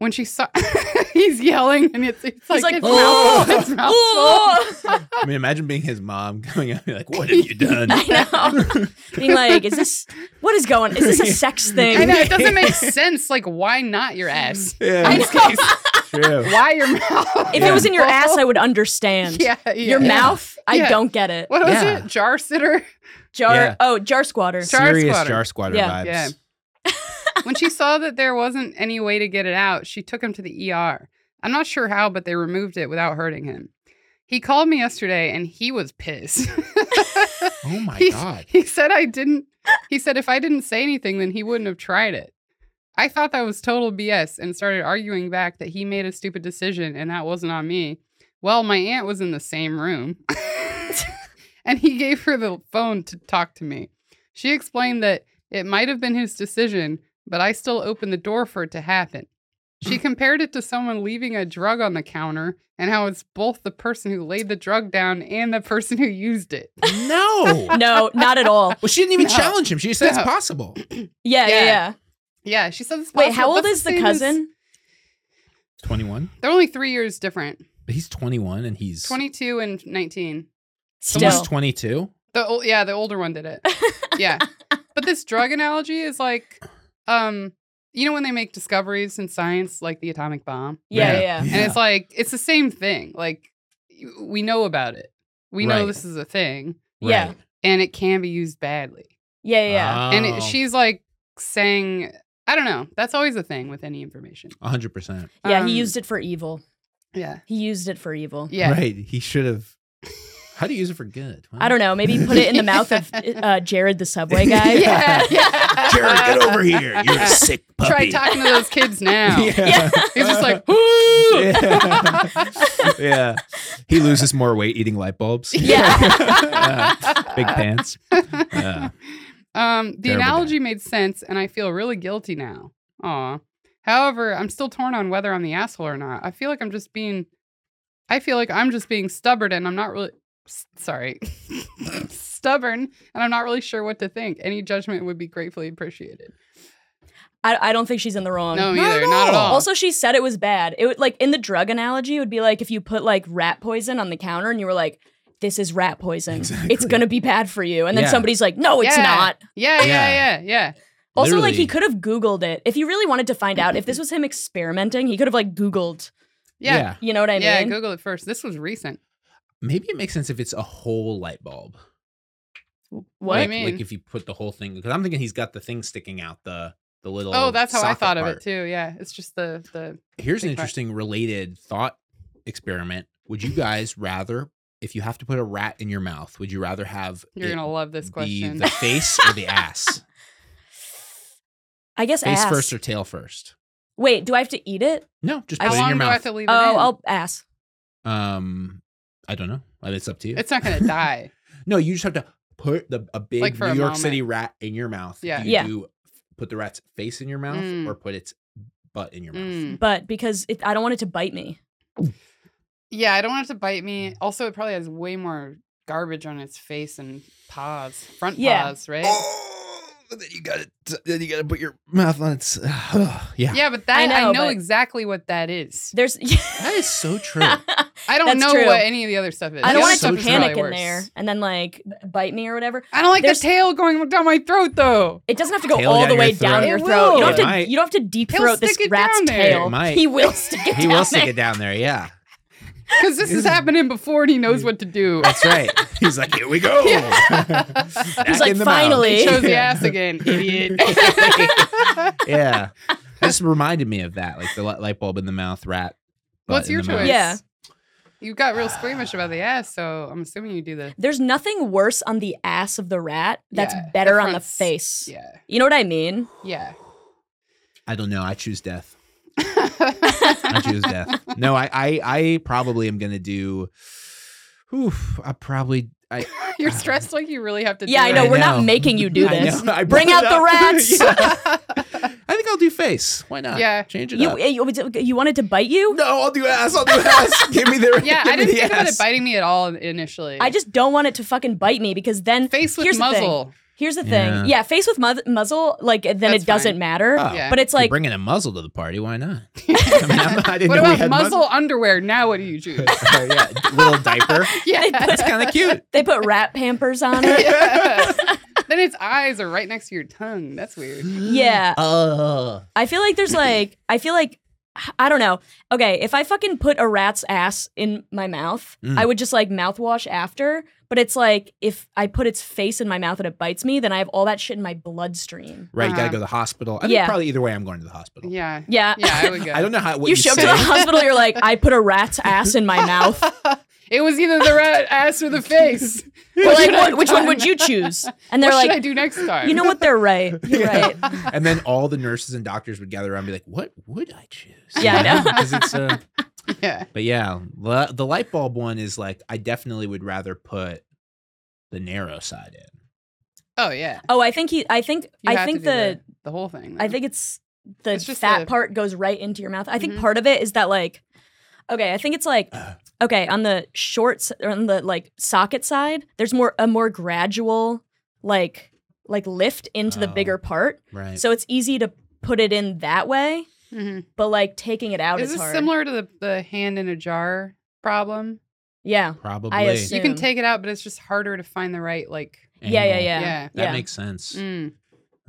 Speaker 2: When she saw, he's yelling, and it's, it's like,
Speaker 1: like,
Speaker 2: it's
Speaker 1: "Oh,
Speaker 2: mouthful, it's mouthful."
Speaker 1: Oh!
Speaker 3: I mean, imagine being his mom coming out and be like, "What have you done?"
Speaker 1: I know. Being like, is this what is going? Is this a sex thing?
Speaker 2: I know it doesn't make sense. Like, why not your ass?
Speaker 1: Hmm. I
Speaker 3: Yeah,
Speaker 1: know.
Speaker 3: true.
Speaker 2: Why your mouth?
Speaker 1: If it was in your ass, I would understand.
Speaker 2: Yeah, yeah.
Speaker 1: Your mouth, I
Speaker 2: Yeah.
Speaker 1: don't get it.
Speaker 2: What was
Speaker 3: Yeah.
Speaker 2: it? Jar sitter.
Speaker 1: Jar?
Speaker 3: Yeah.
Speaker 1: Oh, jar squatter.
Speaker 2: Jar
Speaker 3: Serious
Speaker 2: squatter.
Speaker 3: Jar Squatter
Speaker 1: Yeah.
Speaker 3: vibes.
Speaker 2: Yeah. when she saw that there wasn't any way to get it out, she took him to the ER. I'm not sure how, but they removed it without hurting him. He called me yesterday and he was pissed.
Speaker 3: Oh my
Speaker 2: He's-
Speaker 3: god.
Speaker 2: he said I didn't he said if I didn't say anything then he wouldn't have tried it. I thought that was total BS and started arguing back that he made a stupid decision and that wasn't on me. Well, my aunt was in the same room. and he gave her the phone to talk to me. She explained that it might have been his decision, but I still opened the door for it to happen. She compared it to someone leaving a drug on the counter and how it's both the person who laid the drug down and the person who used it.
Speaker 3: No.
Speaker 1: No, not at all.
Speaker 3: Well, she didn't even
Speaker 2: No.
Speaker 3: challenge him. She just said
Speaker 2: No.
Speaker 3: it's possible.
Speaker 1: Yeah, yeah,
Speaker 2: Yeah.
Speaker 1: yeah.
Speaker 2: Yeah, she said. It's
Speaker 1: Wait,
Speaker 2: possible.
Speaker 1: how old
Speaker 2: That's
Speaker 1: is the
Speaker 2: same as-
Speaker 1: cousin?
Speaker 3: Twenty-one,
Speaker 2: they're only three years different.
Speaker 3: but he's twenty-one and he's
Speaker 2: Twenty-two and nineteen.
Speaker 1: Still.
Speaker 3: Someone's twenty-two.
Speaker 2: The old, yeah, the older one did it. Yeah, but this drug analogy is like, um, you know, when they make discoveries in science, like the atomic bomb,
Speaker 1: Yeah, yeah, yeah.
Speaker 2: and it's like it's the same thing. Like y- we know about it. We know
Speaker 3: Right.
Speaker 2: this is a thing,
Speaker 1: Yeah.
Speaker 3: Right.
Speaker 2: and it can be used badly.
Speaker 1: Yeah, yeah, yeah.
Speaker 2: And it,
Speaker 3: Oh.
Speaker 2: she's like saying, I don't know. That's always a thing with any information.
Speaker 3: A hundred percent.
Speaker 1: yeah,
Speaker 2: Um,
Speaker 1: he used it for evil.
Speaker 2: Yeah,
Speaker 1: He used it for evil.
Speaker 2: yeah.
Speaker 4: Right. He should have
Speaker 3: How do you use it for good? Huh?
Speaker 1: I don't know. Maybe put it in the mouth of uh, Jared the subway guy.
Speaker 2: Yeah, yeah.
Speaker 3: Jared, get over here. You're a sick
Speaker 2: Try
Speaker 3: puppy.
Speaker 2: talking to those kids now.
Speaker 1: Yeah.
Speaker 2: He's just like,
Speaker 4: Yeah. yeah.
Speaker 3: He loses more weight eating light bulbs.
Speaker 1: Yeah.
Speaker 3: Big pants. Yeah.
Speaker 2: um, the
Speaker 3: Terrible
Speaker 2: analogy made sense, and I feel really guilty now. Aw. However, I'm still torn on whether I'm the asshole or not. I feel like I'm just being, I feel like I'm just being stubborn, and I'm not really, s- sorry, stubborn, and I'm not really sure what to think. Any judgment would be gratefully appreciated.
Speaker 1: I, I don't think she's in the wrong.
Speaker 2: No,
Speaker 3: Not
Speaker 2: either,
Speaker 3: at
Speaker 2: not at
Speaker 3: all.
Speaker 2: all.
Speaker 1: Also, she said it was bad. It would like in the drug analogy, it would be like if you put like rat poison on the counter and you were like, "This is rat poison. It's gonna be bad for you." And then
Speaker 3: Yeah.
Speaker 1: somebody's like, "No, it's
Speaker 2: Yeah.
Speaker 1: not."
Speaker 2: yeah, yeah, yeah,
Speaker 3: Yeah.
Speaker 2: yeah.
Speaker 1: Also, like he
Speaker 3: Literally.
Speaker 1: could have Googled it if he really wanted to find out if this was him experimenting. He could have like Googled.
Speaker 2: Yeah. Yeah,
Speaker 1: You know what I mean?
Speaker 2: Google it first. This was recent.
Speaker 3: Maybe it makes sense if it's a whole light bulb.
Speaker 1: what?
Speaker 2: do
Speaker 3: like,
Speaker 2: you mean?
Speaker 3: Like if you put the whole thing, because I'm thinking he's got the thing sticking out the the little.
Speaker 2: Oh, that's how I
Speaker 3: socket
Speaker 2: thought of
Speaker 3: part.
Speaker 2: it too. Yeah, it's just the the
Speaker 3: Here's an
Speaker 2: Big part.
Speaker 3: interesting related thought experiment. Would you guys rather, if you have to put a rat in your mouth, would you rather have
Speaker 2: You're
Speaker 3: it
Speaker 2: gonna love this
Speaker 3: be
Speaker 2: question.
Speaker 3: the face or the ass?
Speaker 1: I guess
Speaker 3: face
Speaker 1: ass.
Speaker 3: first or tail first?
Speaker 1: Wait, do I have to eat it?
Speaker 3: No, just put
Speaker 2: How
Speaker 3: it in
Speaker 2: long
Speaker 3: your
Speaker 2: do I have
Speaker 3: mouth.
Speaker 2: to leave it?
Speaker 1: oh,
Speaker 2: in?
Speaker 1: I'll ass.
Speaker 3: um, I don't know. But It's up to you.
Speaker 2: it's not gonna die.
Speaker 3: No, you just have to put the a big
Speaker 2: Like for
Speaker 3: New
Speaker 2: a
Speaker 3: York
Speaker 2: moment.
Speaker 3: City rat in your mouth.
Speaker 2: Yeah.
Speaker 3: Do you
Speaker 1: Yeah.
Speaker 3: do- put the rat's face in your mouth
Speaker 2: Mm.
Speaker 3: or put its butt in your mouth.
Speaker 2: Mm.
Speaker 1: But because it, I don't want it to bite me.
Speaker 2: Yeah, I don't want it to bite me. Also, it probably has way more garbage on its face and paws, front
Speaker 1: Yeah.
Speaker 3: Oh,
Speaker 2: paws, right?
Speaker 4: but then you gotta then you gotta put your mouth on its yeah.
Speaker 2: Yeah, but that I know,
Speaker 1: know, but-
Speaker 2: exactly what that is.
Speaker 1: There's.
Speaker 3: That is so true.
Speaker 2: I don't
Speaker 1: That's
Speaker 2: know
Speaker 1: true.
Speaker 2: what any of the other stuff is.
Speaker 1: I
Speaker 2: The
Speaker 1: don't want
Speaker 2: other
Speaker 1: it
Speaker 3: so
Speaker 1: to
Speaker 2: stuff is
Speaker 1: panic
Speaker 2: probably
Speaker 1: in there
Speaker 2: worse.
Speaker 1: and then like b- bite me or whatever.
Speaker 2: I don't like
Speaker 1: There's-
Speaker 2: the tail going down my throat though.
Speaker 1: It doesn't have to go
Speaker 4: Tail
Speaker 1: all
Speaker 4: down
Speaker 1: the
Speaker 4: your
Speaker 1: way
Speaker 4: throat.
Speaker 1: down your
Speaker 2: It
Speaker 1: throat. You
Speaker 2: will.
Speaker 1: don't have
Speaker 4: It
Speaker 1: to.
Speaker 4: might.
Speaker 1: You don't have to deep
Speaker 2: He'll
Speaker 1: throat this
Speaker 2: stick it
Speaker 1: rat's
Speaker 2: down there.
Speaker 1: tail.
Speaker 2: It
Speaker 3: might.
Speaker 1: He will stick it.
Speaker 3: He
Speaker 1: down
Speaker 3: will stick
Speaker 1: there.
Speaker 3: it down there. Yeah,
Speaker 2: Because this is happening before and he knows what to do.
Speaker 3: that's right. He's like, here we go. Back
Speaker 1: He's like,
Speaker 3: in the mouth.
Speaker 1: finally.
Speaker 2: He shows the ass again, idiot.
Speaker 3: yeah. This reminded me of that, like the li- light bulb in the mouth, rat. butt
Speaker 2: What's
Speaker 3: in
Speaker 2: your
Speaker 3: the mouth.
Speaker 2: choice?
Speaker 1: Yeah.
Speaker 2: you got real squeamish about the ass, so I'm assuming you do the
Speaker 1: There's nothing worse on the ass of the rat that's
Speaker 2: Yeah, the
Speaker 1: better on the
Speaker 2: front's-
Speaker 1: face.
Speaker 2: yeah,
Speaker 1: You know what I mean?
Speaker 2: yeah.
Speaker 3: I don't know. I choose death. I choose death. No, I, I, I probably am gonna do. Oof, I probably. I,
Speaker 2: You're stressed like you really have to.
Speaker 1: Yeah,
Speaker 2: do
Speaker 1: I know.
Speaker 2: it.
Speaker 1: We're
Speaker 3: know.
Speaker 1: not making you do
Speaker 3: I
Speaker 1: this.
Speaker 3: know. I
Speaker 1: Bring
Speaker 3: brought
Speaker 1: out
Speaker 3: it
Speaker 1: the
Speaker 3: up.
Speaker 1: rats.
Speaker 3: I think I'll do face. Why not?
Speaker 2: Yeah.
Speaker 3: change it
Speaker 1: You, eh,
Speaker 3: up.
Speaker 1: you you wanted to bite you?
Speaker 3: no, I'll do ass. I'll do ass. Give me the.
Speaker 2: Yeah,
Speaker 3: give
Speaker 2: I
Speaker 3: me
Speaker 2: didn't
Speaker 3: the
Speaker 2: think about
Speaker 3: ass.
Speaker 2: it biting me at all initially.
Speaker 1: I just don't want it to fucking bite me because then
Speaker 2: face with
Speaker 1: here's the thing.
Speaker 2: muzzle.
Speaker 1: Here's the thing.
Speaker 3: Yeah.
Speaker 1: Yeah, face with mu- muzzle, like then
Speaker 2: That's
Speaker 1: it doesn't
Speaker 2: fine.
Speaker 1: matter.
Speaker 3: Oh.
Speaker 2: Yeah.
Speaker 1: But it's
Speaker 3: You're
Speaker 1: like
Speaker 3: bringing a muzzle to the party. Why not? I mean, I'm- I didn't
Speaker 2: What
Speaker 3: know we
Speaker 2: about
Speaker 3: had
Speaker 2: muzzle, underwear? Now what do you choose?
Speaker 3: Oh, yeah, little diaper.
Speaker 2: yeah.
Speaker 3: It's kind of cute.
Speaker 1: they put rat pampers on it.
Speaker 2: Yeah. then its eyes are right next to your tongue. That's weird.
Speaker 1: yeah.
Speaker 3: Oh,
Speaker 1: I feel like there's like I feel like I don't know. Okay, if I fucking put a rat's ass in my mouth,
Speaker 3: Mm.
Speaker 1: I would just like mouthwash after. But it's like if I put its face in my mouth and it bites me, then I have all that shit in my bloodstream.
Speaker 3: right. You gotta
Speaker 2: Uh-huh.
Speaker 3: go to the hospital. I think
Speaker 1: uh. Yeah.
Speaker 3: probably either way, I'm going to the hospital.
Speaker 2: Yeah.
Speaker 1: Yeah.
Speaker 2: Yeah, I would go.
Speaker 3: I don't know how what
Speaker 1: you show up to
Speaker 3: say.
Speaker 1: the hospital, you're like, I put a rat's ass in my mouth.
Speaker 2: It was either the rat ass or the face.
Speaker 1: But like,
Speaker 2: should I
Speaker 1: what,
Speaker 2: have
Speaker 1: which one
Speaker 2: done?
Speaker 1: would you choose? And they're
Speaker 2: what should I
Speaker 1: like,
Speaker 2: do next time?
Speaker 1: you know what? They're right. You're
Speaker 3: Yeah.
Speaker 1: right.
Speaker 3: and then all the nurses and doctors would gather around and be like, "What would I choose?"
Speaker 1: Yeah, I know.
Speaker 3: Because it's uh,
Speaker 2: Yeah.
Speaker 3: but yeah, la- the light bulb one is like I definitely would rather put the narrow side in.
Speaker 2: Oh yeah.
Speaker 1: Oh, I think he. I think.
Speaker 2: You
Speaker 1: I
Speaker 2: have
Speaker 1: think
Speaker 2: to
Speaker 1: the,
Speaker 2: do the, the whole thing.
Speaker 1: I
Speaker 2: though.
Speaker 1: think it's the
Speaker 2: It's just
Speaker 1: fat
Speaker 2: the-
Speaker 1: part goes right into your mouth. I think
Speaker 2: Mhm.
Speaker 1: part of it is that like, okay, I think it's like,
Speaker 3: Uh.
Speaker 1: okay, on the shorts or on the like socket side, there's more a more gradual like like lift into the
Speaker 3: Oh.
Speaker 1: bigger part,
Speaker 3: Right.
Speaker 1: so it's easy to put it in that way.
Speaker 2: Mhm.
Speaker 1: But like taking it out
Speaker 2: Is
Speaker 1: is,
Speaker 2: this
Speaker 1: hard.
Speaker 2: similar to the, the hand in a jar problem?
Speaker 1: Yeah.
Speaker 3: Probably.
Speaker 1: assume-
Speaker 2: You can
Speaker 1: Soon.
Speaker 2: take it out, but it's just harder to find the right like.
Speaker 1: Yeah, yeah,
Speaker 3: angle.
Speaker 1: yeah,
Speaker 2: Yeah.
Speaker 1: yeah.
Speaker 3: That makes sense.
Speaker 2: Mm,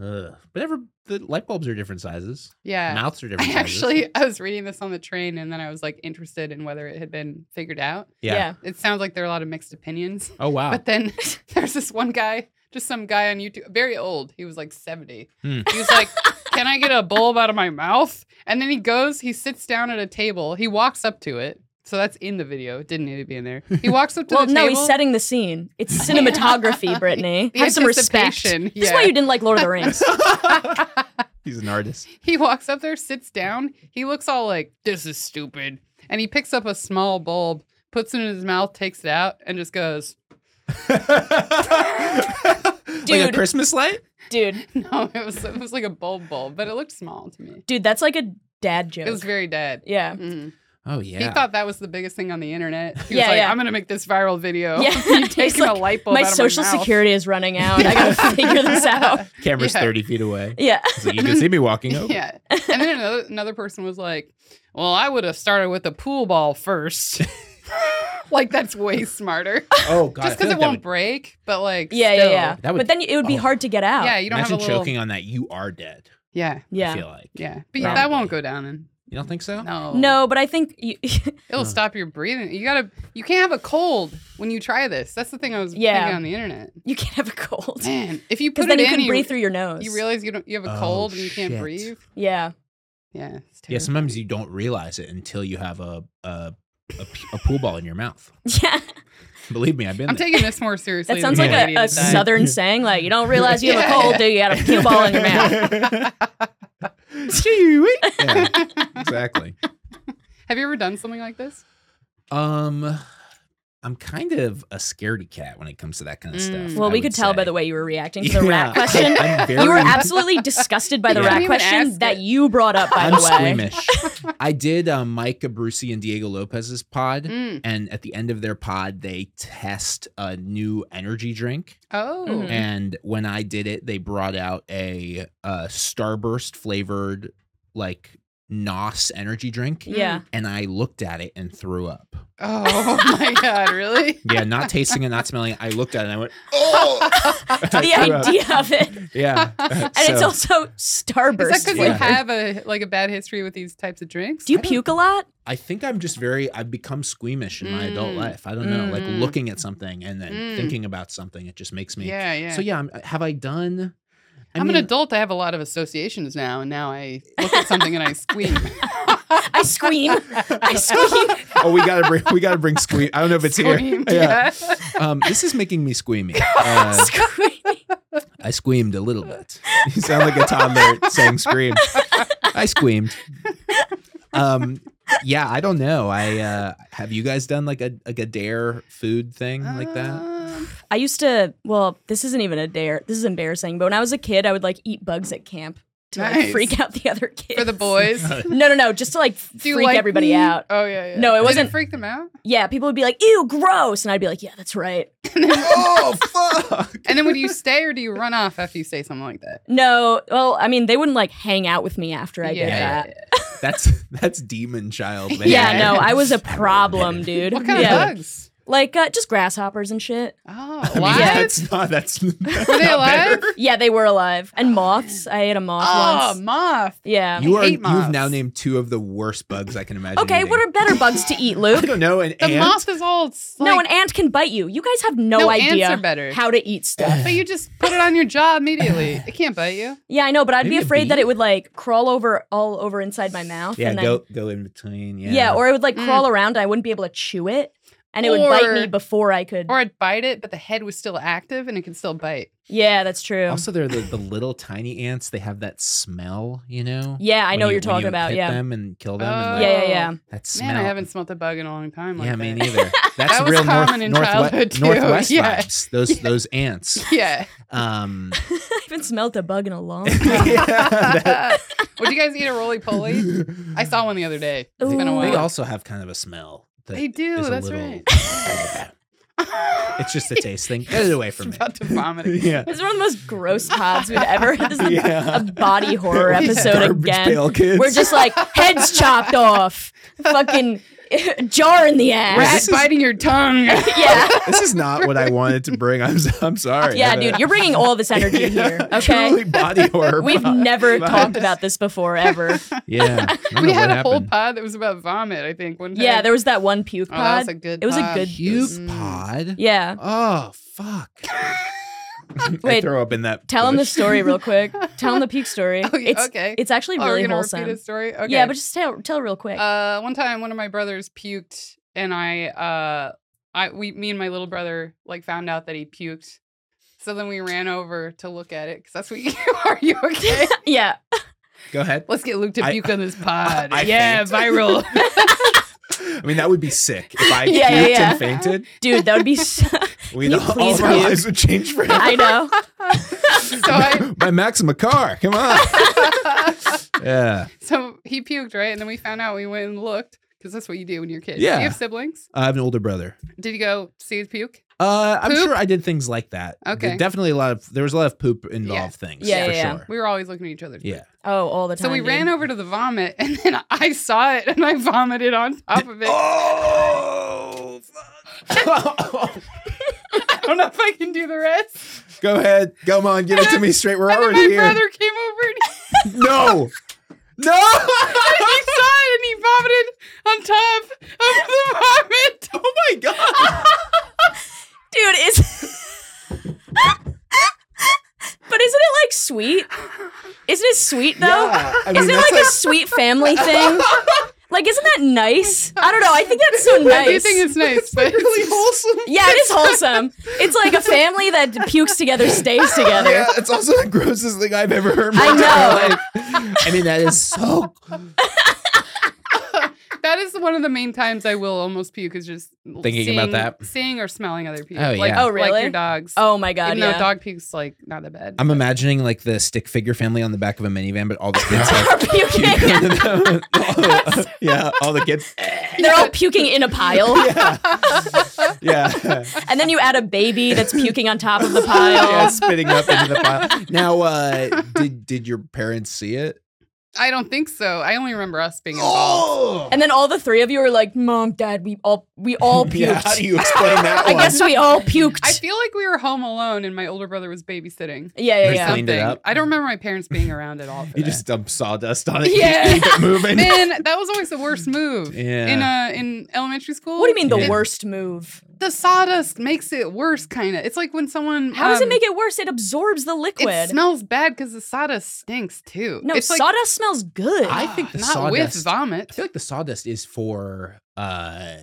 Speaker 3: Ugh. But ever the light bulbs are different sizes.
Speaker 2: yeah.
Speaker 3: Mouths are different.
Speaker 2: I
Speaker 3: sizes.
Speaker 2: actually I was reading this on the train and then I was like interested in whether it had been figured out.
Speaker 3: Yeah.
Speaker 2: It sounds like there are a lot of mixed opinions.
Speaker 3: Oh wow.
Speaker 2: But then there's this one guy, just some guy on YouTube, very old. He was like 70.
Speaker 3: Hmm.
Speaker 2: He was like, Can I get a bulb out of my mouth? And then he goes, he sits down at a table. He walks up to it. So that's in the video. It didn't need to be in there. He walks up to
Speaker 1: Well,
Speaker 2: the
Speaker 1: no,
Speaker 2: table.
Speaker 1: he's setting the scene. It's cinematography, Brittany.
Speaker 2: The
Speaker 1: Have some respect.
Speaker 2: anticipation,
Speaker 1: This is
Speaker 2: yeah.
Speaker 1: why you didn't like Lord of the Rings.
Speaker 3: He's an artist.
Speaker 2: He walks up there, sits down. He looks all like, This is stupid. And he picks up a small bulb, puts it in his mouth, takes it out, and just goes,
Speaker 3: Like a
Speaker 1: Dude.
Speaker 3: Christmas light?
Speaker 1: dude,
Speaker 2: No, it was, it was like a bulb bulb, but it looked small to me.
Speaker 1: dude, that's like a dad joke.
Speaker 2: It was very dead.
Speaker 1: yeah.
Speaker 2: Mhm.
Speaker 3: Oh yeah.
Speaker 2: He thought that was the biggest thing on the internet. He was
Speaker 1: Yeah,
Speaker 2: like,
Speaker 1: yeah.
Speaker 2: I'm gonna make this viral video.
Speaker 1: Yeah,
Speaker 2: you take
Speaker 1: he's
Speaker 2: him a
Speaker 1: like,
Speaker 2: light bulb.
Speaker 1: my
Speaker 2: out of
Speaker 1: social
Speaker 2: mouth."
Speaker 1: security is running out. I gotta figure this out.
Speaker 3: Camera's
Speaker 2: Yeah.
Speaker 3: 30 feet away.
Speaker 1: Yeah.
Speaker 3: It's like, you can see me walking over.
Speaker 2: Yeah. And then another, another person was like, Well, I would have started with a pool ball first. like that's way smarter.
Speaker 3: Oh god.
Speaker 2: Just
Speaker 3: I feel
Speaker 2: because
Speaker 3: like
Speaker 2: it
Speaker 3: that
Speaker 2: won't
Speaker 3: would-
Speaker 2: break, but like
Speaker 1: Yeah,
Speaker 2: still.
Speaker 1: yeah, yeah.
Speaker 3: That would-
Speaker 1: but then it would be
Speaker 3: oh.
Speaker 1: hard to get out.
Speaker 2: Yeah, you don't
Speaker 3: Imagine
Speaker 2: have a little
Speaker 3: choking on that. You are dead.
Speaker 2: Yeah,
Speaker 3: I
Speaker 1: Yeah.
Speaker 3: feel like.
Speaker 2: yeah. But
Speaker 3: Probably.
Speaker 2: that won't go down and
Speaker 3: You don't think so?
Speaker 2: no.
Speaker 1: No, but I think you,
Speaker 2: It'll stop your breathing. You gotta you can't have a cold when you try this. That's the thing I was
Speaker 1: Yeah.
Speaker 2: thinking on the internet.
Speaker 1: you can't have a cold.
Speaker 2: Man, if you put
Speaker 1: Because then
Speaker 2: it
Speaker 1: you
Speaker 2: in,
Speaker 1: can breathe
Speaker 2: you,
Speaker 1: through your nose.
Speaker 2: you realize you don't you have a
Speaker 3: Oh,
Speaker 2: cold and you
Speaker 3: shit.
Speaker 2: can't breathe.
Speaker 1: yeah.
Speaker 2: Yeah. It's
Speaker 3: Yeah,
Speaker 2: terrible.
Speaker 3: sometimes you don't realize it until you have a a, a, p- a pool ball in your mouth.
Speaker 1: Yeah.
Speaker 3: Believe me, I've been
Speaker 2: I'm
Speaker 3: there.
Speaker 2: taking this more seriously.
Speaker 1: That
Speaker 2: than
Speaker 1: sounds
Speaker 2: the
Speaker 1: like
Speaker 2: lady
Speaker 1: a, a
Speaker 2: that died.
Speaker 1: southern saying. Like, you don't realize you have
Speaker 2: Yeah.
Speaker 1: a cold, do you? You got a pee ball in your mouth.
Speaker 3: yeah, exactly.
Speaker 2: Have you ever done something like this?
Speaker 3: Um I'm kind of a scaredy cat when it comes to that kind of stuff.
Speaker 2: Mm.
Speaker 1: Well,
Speaker 3: I
Speaker 1: we
Speaker 3: would
Speaker 1: could tell by
Speaker 3: say.
Speaker 1: the way you were reacting to the
Speaker 3: Yeah.
Speaker 1: rat question.
Speaker 3: I'm very,
Speaker 1: You were absolutely disgusted by the
Speaker 3: Yeah.
Speaker 1: rat
Speaker 2: Didn't even
Speaker 1: question
Speaker 2: ask
Speaker 1: that
Speaker 2: it.
Speaker 1: you brought up, by
Speaker 3: I'm
Speaker 1: the way.
Speaker 3: squeamish. I did uh, Mike Abruzzi and Diego Lopez's pod,
Speaker 2: Mm.
Speaker 3: and at the end of their pod, they test a new energy drink.
Speaker 2: Oh.
Speaker 1: Mhm.
Speaker 3: And when I did it, they brought out a uh, Starburst flavored like Nos energy drink,
Speaker 1: Yeah.
Speaker 3: and I looked at it and threw up.
Speaker 2: Oh my god, really?
Speaker 3: Yeah, not tasting it, not smelling it. I looked at it and I went,
Speaker 1: the idea of it. And
Speaker 3: yeah.
Speaker 1: it's
Speaker 3: So-
Speaker 1: also Starburst.
Speaker 2: Is that because you
Speaker 3: Yeah.
Speaker 2: have a like a bad history with these types of drinks?
Speaker 1: Do you
Speaker 3: I don't-
Speaker 1: puke a lot?
Speaker 3: I think I'm just very I've become squeamish in my adult
Speaker 2: Mm.
Speaker 3: life. I don't know, like
Speaker 2: Mm.
Speaker 3: looking at something and then
Speaker 2: Mm.
Speaker 3: thinking about something, it just makes me.
Speaker 2: Yeah, yeah.
Speaker 3: So yeah, I'm, have I done? I
Speaker 2: I'm
Speaker 3: mean,
Speaker 2: an adult. I have a lot of associations now, and now I look at something and I squeam.
Speaker 1: I squeam. I squeam.
Speaker 4: Oh, we gotta bring we gotta bring squeam. I don't know if it's
Speaker 2: Squeam,
Speaker 4: here. Yeah.
Speaker 2: yeah.
Speaker 3: Um, this is making me squeamy. Uh,
Speaker 1: Squeam.
Speaker 3: I squeamed a little bit.
Speaker 4: You sound like a toddler saying scream.
Speaker 3: I squeamed. Um, yeah, I don't know. I uh, have you guys done like a like a dare food thing like
Speaker 4: Uh,
Speaker 3: that?
Speaker 2: Um,
Speaker 1: I used to, well, this isn't even a dare. This is embarrassing. But when I was a kid, I would like eat bugs at camp to like,
Speaker 2: Nice.
Speaker 1: freak out the other kids.
Speaker 2: for the boys.
Speaker 1: No, no, no. Just to like
Speaker 2: Do you
Speaker 1: freak
Speaker 2: like
Speaker 1: everybody
Speaker 2: me?
Speaker 1: out.
Speaker 2: Oh yeah, yeah.
Speaker 1: No, it
Speaker 2: Did
Speaker 1: wasn't-
Speaker 2: freak them out.
Speaker 1: Yeah, people would be like, ew, gross. And I'd be like, yeah, that's right.
Speaker 4: oh fuck!
Speaker 2: And then would you stay or do you run off after you say something like that?
Speaker 1: No, well, I mean, they wouldn't like hang out with me after I did
Speaker 2: Yeah.
Speaker 1: that.
Speaker 3: That's that's demon child. Man.
Speaker 1: Yeah, no, I was a problem, dude.
Speaker 2: What kind
Speaker 1: yeah.
Speaker 2: of bugs?
Speaker 1: Like uh, just grasshoppers and shit.
Speaker 2: Oh,
Speaker 3: I mean,
Speaker 2: live?
Speaker 3: that's not that's were
Speaker 2: Were they alive?
Speaker 1: Yeah, they were alive. And moths. I ate a moth
Speaker 2: Oh,
Speaker 1: once.
Speaker 2: moth.
Speaker 1: Yeah.
Speaker 3: You
Speaker 2: I
Speaker 3: are
Speaker 2: hate
Speaker 3: you've
Speaker 2: moths.
Speaker 3: now named two of the worst bugs I can imagine.
Speaker 1: okay,
Speaker 3: eating.
Speaker 1: what are better bugs to eat,
Speaker 3: I
Speaker 1: Luke?
Speaker 3: don't know an
Speaker 2: The
Speaker 3: ant.
Speaker 2: moth is all. It's like,
Speaker 1: no, an ant can bite you. You guys have no,
Speaker 2: No, ants
Speaker 1: idea
Speaker 2: are better.
Speaker 1: how to eat stuff.
Speaker 2: But you just put it on your jaw immediately. It can't bite you.
Speaker 1: yeah, I know, but I'd
Speaker 3: Maybe
Speaker 1: be
Speaker 3: a
Speaker 1: afraid that
Speaker 3: bee?
Speaker 1: it would like crawl over all over inside my mouth.
Speaker 3: yeah,
Speaker 1: and then,
Speaker 3: go go in between. Yeah,
Speaker 1: yeah. or it would like
Speaker 2: Mm.
Speaker 1: crawl around. And I wouldn't be able to chew it, and it would bite
Speaker 2: Or-
Speaker 1: me before I could.
Speaker 2: Or I'd bite it, but the head was still active and it could still bite.
Speaker 1: yeah, that's true.
Speaker 3: Also, they're the, the little tiny ants. They have that smell, you know.
Speaker 1: yeah, I
Speaker 3: When
Speaker 1: know what
Speaker 3: you-
Speaker 1: you're
Speaker 3: when
Speaker 1: talking
Speaker 3: you
Speaker 1: about.
Speaker 3: hit
Speaker 1: Yeah.
Speaker 3: them and kill them.
Speaker 2: Oh.
Speaker 3: and like,
Speaker 1: yeah, yeah, yeah.
Speaker 3: That smell.
Speaker 2: Man, I haven't smelt a bug in a long time. Like
Speaker 3: yeah,
Speaker 2: that.
Speaker 3: me neither. That's
Speaker 2: That was
Speaker 3: real
Speaker 2: common
Speaker 3: north,
Speaker 2: in
Speaker 3: northwe-
Speaker 2: childhood, too.
Speaker 3: northwest
Speaker 2: Yeah.
Speaker 3: vibes. Those those ants.
Speaker 2: Yeah.
Speaker 3: Um,
Speaker 1: I haven't smelt a bug in a long.
Speaker 3: yeah, that-
Speaker 2: Would you guys eat a roly poly? I saw one the other day. It's been a
Speaker 1: Ooh.
Speaker 3: They
Speaker 2: while.
Speaker 3: also have kind of a smell. that
Speaker 2: They do,
Speaker 3: is a
Speaker 2: that's
Speaker 3: little-
Speaker 2: It's
Speaker 3: it's just a taste thing. Get it away from me.
Speaker 2: about to vomit. again.
Speaker 4: Yeah.
Speaker 1: This is one of the most gross pods we've ever. This is the,
Speaker 4: Yeah.
Speaker 1: a body horror episode
Speaker 4: Garbage
Speaker 1: again.
Speaker 4: Pail kids.
Speaker 1: We're just like heads chopped off, fucking jar in the
Speaker 2: Rat
Speaker 1: ass.
Speaker 4: This is-
Speaker 2: biting your tongue.
Speaker 1: Yeah,
Speaker 4: this is not what I wanted to bring. I'm s- I'm sorry.
Speaker 1: yeah, dude, you're bringing all this energy here. Okay,
Speaker 4: Truly body horror.
Speaker 1: we've
Speaker 4: pod.
Speaker 1: never
Speaker 4: Vibes.
Speaker 1: talked about this before ever.
Speaker 3: Yeah, I don't
Speaker 2: we
Speaker 3: know
Speaker 2: had
Speaker 3: what
Speaker 2: a whole
Speaker 3: happened.
Speaker 2: pod that was about vomit. I think one. Time.
Speaker 1: Yeah, there was that one puke
Speaker 2: Oh, that was
Speaker 1: pod.
Speaker 2: a good.
Speaker 1: It was a
Speaker 2: pod.
Speaker 1: good-
Speaker 3: puke
Speaker 2: Mm.
Speaker 3: pod.
Speaker 1: yeah,
Speaker 3: Oh fuck!
Speaker 4: I
Speaker 1: wait.
Speaker 4: throw up in that.
Speaker 1: Tell him the
Speaker 4: bush.
Speaker 1: story real quick. Tell him the puke story.
Speaker 2: Mm. Okay,
Speaker 1: it's,
Speaker 2: okay.
Speaker 1: it's actually
Speaker 2: Oh, we're
Speaker 1: really
Speaker 2: gonna
Speaker 1: wholesome.
Speaker 2: repeat a story. Okay.
Speaker 1: Yeah, but just tell tell real quick.
Speaker 2: Uh, one time, one of my brothers puked, and I, uh, I, we, me and my little brother, like, found out that he puked. So then we ran over to look at it because that's what you are. You okay?
Speaker 1: yeah,
Speaker 3: Go ahead.
Speaker 2: Let's get Luke to
Speaker 3: I-
Speaker 2: puke on this pod.
Speaker 3: I
Speaker 2: yeah,
Speaker 3: faint.
Speaker 2: viral.
Speaker 3: I mean, that would be sick if I
Speaker 1: Yeah,
Speaker 3: puked
Speaker 1: yeah, yeah.
Speaker 3: and fainted.
Speaker 1: dude, that would be. So,
Speaker 3: We'd
Speaker 1: you
Speaker 3: all, all
Speaker 1: please
Speaker 3: of our
Speaker 1: puke?
Speaker 3: lives would change forever.
Speaker 1: I know.
Speaker 2: so I,
Speaker 3: By Maxim a car. Come on. yeah.
Speaker 2: so he puked right, and then we found out. We went and looked because that's what you do when you're a kid.
Speaker 3: Yeah.
Speaker 2: Do you have siblings?
Speaker 3: I have an older brother.
Speaker 2: Did you go see his puke?
Speaker 3: Uh, I'm
Speaker 2: Poop?
Speaker 3: sure I did things like that.
Speaker 2: Okay.
Speaker 3: There- definitely a lot of there was a lot of poop involved things.
Speaker 1: Yeah,
Speaker 3: for
Speaker 1: yeah, yeah.
Speaker 3: sure.
Speaker 2: We were always looking at each other.
Speaker 3: Yeah.
Speaker 1: Oh, all the time.
Speaker 2: So we
Speaker 1: dude.
Speaker 2: ran over to the vomit, and then I saw it, and I vomited on top of it.
Speaker 3: Oh. fuck.
Speaker 2: I don't know if I can do the rest.
Speaker 4: Go ahead. Come on. Give it to me straight. We're
Speaker 2: And then
Speaker 4: already
Speaker 2: my
Speaker 4: here.
Speaker 2: brother came over and he,
Speaker 4: No. No.
Speaker 2: and he saw it and he vomited on top of the vomit.
Speaker 4: Oh my god.
Speaker 1: dude is but isn't it like sweet isn't it sweet though
Speaker 4: Yeah, I mean,
Speaker 1: isn't it
Speaker 4: that's
Speaker 1: like a sweet family thing like isn't that nice i don't know i think that's so
Speaker 2: I do
Speaker 1: nice
Speaker 2: think it's nice, but
Speaker 4: Really wholesome.
Speaker 1: yeah it is wholesome it's like a family that pukes together stays together
Speaker 4: Yeah, it's also the grossest thing I've ever heard. in my
Speaker 1: i
Speaker 4: entire
Speaker 1: know
Speaker 3: I mean, that is so.
Speaker 2: that that is one of the main times I will almost puke is just
Speaker 3: Thinking about
Speaker 2: seeing-
Speaker 3: that?
Speaker 2: seeing or smelling other people.
Speaker 3: Oh,
Speaker 2: like,
Speaker 3: yeah.
Speaker 1: Oh,
Speaker 2: Like your
Speaker 1: really?
Speaker 2: dogs.
Speaker 1: Oh my god,
Speaker 2: Even
Speaker 1: yeah.
Speaker 2: though dog puke's like not that bad.
Speaker 3: I'm imagining like the stick figure family on the back of a minivan, but all the kids like,
Speaker 1: Are puking.
Speaker 3: yeah, all the kids.
Speaker 1: They're all puking in a pile,
Speaker 3: Yeah.
Speaker 1: and then you add a baby that's puking on top of the pile.
Speaker 3: yeah, spitting up into the pile. Now, uh, did did your parents see it?
Speaker 2: I don't think so. I only remember us being involved.
Speaker 1: And then all the three of you are like, "Mom, Dad, we all we all puked.
Speaker 3: yeah, how do you explain that
Speaker 1: I
Speaker 3: one?
Speaker 1: guess we all puked."
Speaker 2: I feel like we were home alone and my older brother was babysitting.
Speaker 1: yeah, yeah,
Speaker 3: They
Speaker 1: yeah.
Speaker 3: cleaned it
Speaker 2: Something.
Speaker 3: up.
Speaker 2: I don't remember my parents being around at all. For
Speaker 3: you
Speaker 2: that.
Speaker 3: just dump sawdust on it.
Speaker 2: Yeah.
Speaker 3: Yeah, keep it moving.
Speaker 2: Man, that was always the worst move.
Speaker 3: Yeah.
Speaker 2: In uh in elementary school.
Speaker 1: What do you mean the
Speaker 3: Yeah.
Speaker 1: worst move?
Speaker 2: The sawdust makes it worse, kind of. It's like when someone
Speaker 1: How does it
Speaker 2: um,
Speaker 1: make it worse? It absorbs the liquid.
Speaker 2: It smells bad because the sawdust stinks too.
Speaker 1: no,
Speaker 2: it's
Speaker 1: sawdust smells good.
Speaker 3: I think the
Speaker 2: not
Speaker 3: sawdust.
Speaker 2: with
Speaker 3: I
Speaker 2: vomit.
Speaker 3: feel like the sawdust is for uh,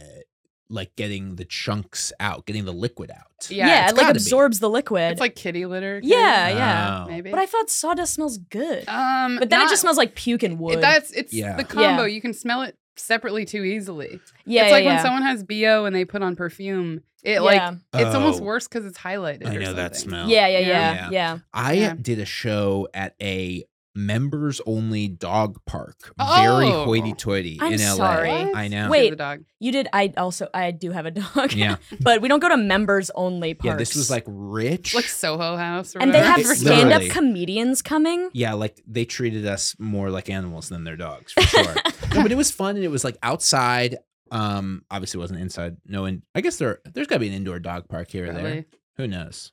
Speaker 3: like getting the chunks out, getting the liquid out.
Speaker 1: yeah,
Speaker 2: it's,
Speaker 1: it like
Speaker 3: gotta be.
Speaker 1: absorbs the liquid.
Speaker 2: it's like kitty litter. kinda,
Speaker 1: yeah, yeah.
Speaker 3: Oh.
Speaker 2: maybe.
Speaker 1: But I thought sawdust smells good.
Speaker 2: um,
Speaker 1: but then
Speaker 2: not-
Speaker 1: it just smells like puke and
Speaker 2: it-
Speaker 1: wood.
Speaker 2: That's it's
Speaker 3: Yeah.
Speaker 2: the combo.
Speaker 1: Yeah.
Speaker 2: You can smell it separately too easily.
Speaker 1: yeah,
Speaker 2: it's
Speaker 1: yeah,
Speaker 2: like
Speaker 1: yeah.
Speaker 2: when someone has bo and they put on perfume. It like
Speaker 1: yeah.
Speaker 2: it's almost
Speaker 3: Oh.
Speaker 2: worse because it's highlighted.
Speaker 3: I
Speaker 2: or
Speaker 3: know that
Speaker 2: something.
Speaker 3: smell.
Speaker 1: yeah, yeah, yeah,
Speaker 3: Yeah.
Speaker 1: yeah,
Speaker 3: I
Speaker 2: Yeah.
Speaker 3: did a show at a members only dog park, very
Speaker 2: Oh.
Speaker 3: hoity toity
Speaker 1: I'm
Speaker 3: in LA.
Speaker 1: sorry.
Speaker 2: What?
Speaker 3: I know.
Speaker 2: Give
Speaker 1: Wait.
Speaker 2: the dog.
Speaker 1: You did. I also. I do have a dog.
Speaker 3: Yeah.
Speaker 1: but we don't go to members only parks.
Speaker 3: Yeah, this was like rich.
Speaker 2: like Soho House or
Speaker 1: and they
Speaker 2: whatever.
Speaker 1: have
Speaker 3: It's
Speaker 1: stand up
Speaker 3: literally-
Speaker 1: comedians coming.
Speaker 3: yeah, like they treated us more like animals than their dogs for sure. no, but it was fun and it was like outside. Um, obviously it wasn't inside. No, and I guess there there's got to be an indoor dog park here or there.
Speaker 2: Probably.
Speaker 3: Who knows?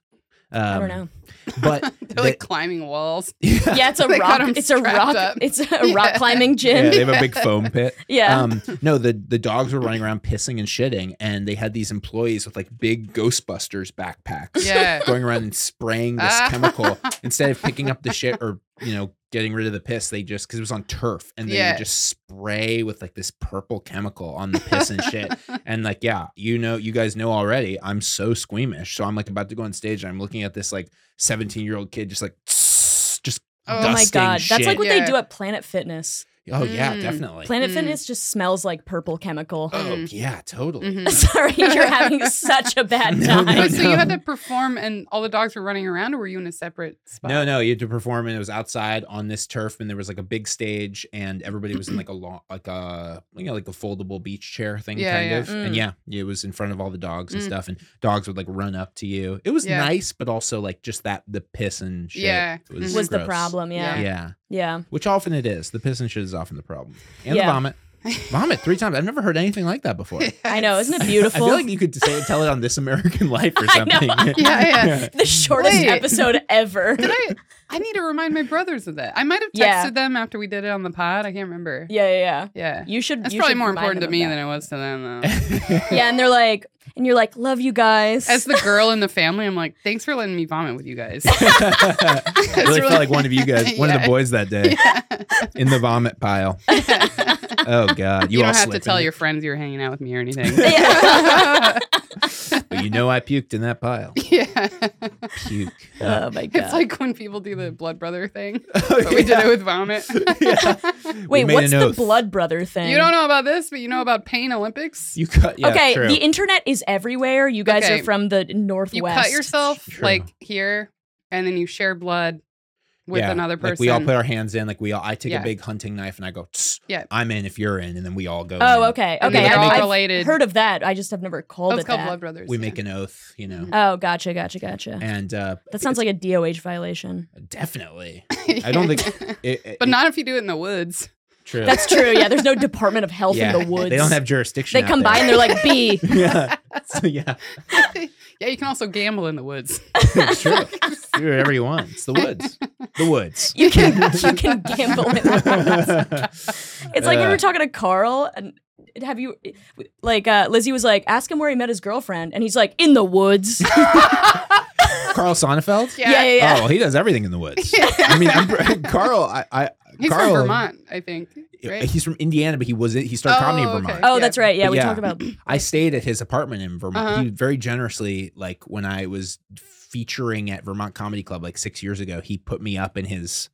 Speaker 1: I don't
Speaker 3: Um,
Speaker 1: know.
Speaker 3: But
Speaker 2: They're
Speaker 3: they-
Speaker 2: like climbing walls.
Speaker 3: yeah,
Speaker 1: Yeah, it's a
Speaker 2: They got
Speaker 1: rock.
Speaker 2: 'em
Speaker 1: It's a
Speaker 2: strapped
Speaker 1: rock.
Speaker 2: up.
Speaker 1: It's a rock climbing
Speaker 3: yeah,
Speaker 1: gym.
Speaker 3: they have a big foam pit.
Speaker 1: Yeah.
Speaker 3: Um, no, the the dogs were running around pissing and shitting, and they had these employees with like big Ghostbusters backpacks
Speaker 2: Yeah.
Speaker 3: going around and spraying this
Speaker 2: Ah.
Speaker 3: chemical instead of picking up the shit or you know getting rid of the piss. They just because it was on turf, and they
Speaker 2: Yeah.
Speaker 3: would just spray with like this purple chemical on the piss and shit. And like, yeah, you know, you guys know already. I'm so squeamish, so I'm like about to go on stage, and I'm looking at this like 17 year old kid just like. Just
Speaker 2: Oh
Speaker 1: oh my
Speaker 3: dusting
Speaker 1: god, that's
Speaker 3: shit.
Speaker 1: like what
Speaker 2: Yeah.
Speaker 1: they do at Planet Fitness.
Speaker 3: oh yeah,
Speaker 2: Mm.
Speaker 3: definitely.
Speaker 1: Planet
Speaker 2: Mm.
Speaker 1: Fitness just smells like purple chemical.
Speaker 3: oh
Speaker 2: Mm.
Speaker 3: yeah, totally.
Speaker 2: Mhm.
Speaker 1: Sorry, you're having such a bad
Speaker 3: No, no,
Speaker 1: time.
Speaker 2: Wait, Oh, so you had
Speaker 3: no.
Speaker 2: to perform and all the dogs were running around or were you in a separate spot?
Speaker 3: No, no, you had to perform, and it was outside on this turf, and there was like a big stage, and everybody was in like a long, like a you know, like a foldable beach chair thing,
Speaker 2: Yeah,
Speaker 3: kind
Speaker 2: yeah.
Speaker 3: of. And
Speaker 1: Mm.
Speaker 3: yeah, it was in front of all the dogs and
Speaker 2: Mm.
Speaker 3: stuff, and dogs would like run up to you. It was
Speaker 2: Yeah.
Speaker 3: nice, but also like just that the piss and shit
Speaker 2: Yeah. Mhm.
Speaker 1: was the
Speaker 3: gross.
Speaker 1: problem? Yeah. yeah,
Speaker 3: Yeah, which often it is. The piss and shit is often the problem, and
Speaker 1: Yeah.
Speaker 3: the vomit. Vomit three times. I've never heard anything like that before.
Speaker 1: I know, isn't it beautiful?
Speaker 3: I feel like you could say, tell it on This American Life or
Speaker 1: I know.
Speaker 3: something.
Speaker 2: Yeah, yeah.
Speaker 1: the shortest
Speaker 2: Wait.
Speaker 1: episode ever.
Speaker 2: Did I I need to remind my brothers of that. I might have texted
Speaker 1: Yeah.
Speaker 2: them after we did it on the pod. I can't remember.
Speaker 1: Yeah, yeah, yeah.
Speaker 2: Yeah.
Speaker 1: You should.
Speaker 2: That's
Speaker 1: you
Speaker 2: probably
Speaker 1: should
Speaker 2: more
Speaker 1: remind
Speaker 2: important to
Speaker 1: them of
Speaker 2: me
Speaker 1: that.
Speaker 2: than it was to them though.
Speaker 1: yeah, and they're like, and you're like, love you guys.
Speaker 2: As the girl in the family, I'm like, thanks for letting me vomit with you guys.
Speaker 3: really felt like one of you guys, one of
Speaker 2: Yeah.
Speaker 3: the boys that day, in the vomit pile. Oh God,
Speaker 2: You,
Speaker 3: you, all
Speaker 2: don't have to
Speaker 3: slip
Speaker 2: tell
Speaker 3: in
Speaker 2: your friends you're hanging out with me or anything.
Speaker 1: Yeah.
Speaker 3: it. But you know, I puked in that pile.
Speaker 2: yeah.
Speaker 3: Puke.
Speaker 1: oh my god.
Speaker 2: It's like when people do the blood brother thing, but we did it with vomit.
Speaker 1: Wait,
Speaker 3: made
Speaker 1: what's
Speaker 3: an
Speaker 1: the
Speaker 3: oath.
Speaker 1: blood brother thing?
Speaker 2: You don't know about this, but you know about Pain Olympics.
Speaker 3: You cut. Yeah,
Speaker 1: okay,
Speaker 3: true.
Speaker 1: the internet is everywhere. You guys
Speaker 2: Okay.
Speaker 1: are from the northwest.
Speaker 2: you cut yourself
Speaker 3: True.
Speaker 2: like here, and then you share blood with
Speaker 3: Yeah,
Speaker 2: another person.
Speaker 3: Like we all put our hands in. Like we all. I take
Speaker 2: Yeah.
Speaker 3: a big hunting knife and I go. "Tss,
Speaker 2: Yeah.
Speaker 3: I'm in if you're in, and then we all go.
Speaker 1: Oh,
Speaker 3: in.
Speaker 1: okay,
Speaker 2: And
Speaker 1: okay.
Speaker 2: they're all
Speaker 1: I've, I've
Speaker 2: related.
Speaker 1: heard of that. I just have never called
Speaker 2: Oh, it's
Speaker 1: it
Speaker 2: called
Speaker 1: that.
Speaker 2: Blood Brothers.
Speaker 3: We
Speaker 2: yeah.
Speaker 3: make an oath, you know,
Speaker 1: Oh, gotcha, gotcha, gotcha.
Speaker 3: and uh
Speaker 1: that sounds like a DOH violation.
Speaker 3: definitely. I don't think. It, it-
Speaker 2: but not if you do it in the woods.
Speaker 3: true.
Speaker 1: That's true. Yeah, there's no Department of Health
Speaker 3: yeah.
Speaker 1: in the woods.
Speaker 3: They don't have jurisdiction.
Speaker 1: They
Speaker 3: out
Speaker 1: come by and
Speaker 3: there.
Speaker 1: they're like, B.
Speaker 3: yeah. So, yeah.
Speaker 2: yeah, you can also gamble in the woods.
Speaker 3: Sure. Do whatever you want. It's the woods. The woods.
Speaker 1: You can you can gamble in the woods. It's like when we
Speaker 3: Uh.
Speaker 1: were talking to Carl and have you like uh Lizzie was like, ask him where he met his girlfriend, and he's like, in the woods. yeah,
Speaker 3: Carl Sonnefeld?
Speaker 2: Yeah.
Speaker 1: yeah, yeah.
Speaker 3: Oh, well, he does everything in the woods. I mean, I'm, Carl, I, I
Speaker 2: He's
Speaker 3: Carl,
Speaker 2: from Vermont, I think. Right?
Speaker 3: He's from Indiana, but he was he started comedy in
Speaker 2: Oh, okay.
Speaker 3: Vermont.
Speaker 1: Oh,
Speaker 2: Yeah.
Speaker 1: that's right. Yeah,
Speaker 3: But
Speaker 1: we
Speaker 3: yeah.
Speaker 1: talked about. oh,
Speaker 3: I stayed at his apartment in Vermont.
Speaker 2: Uh-huh.
Speaker 3: He very generously, like when I was featuring at Vermont Comedy Club like six years ago, he put me up in his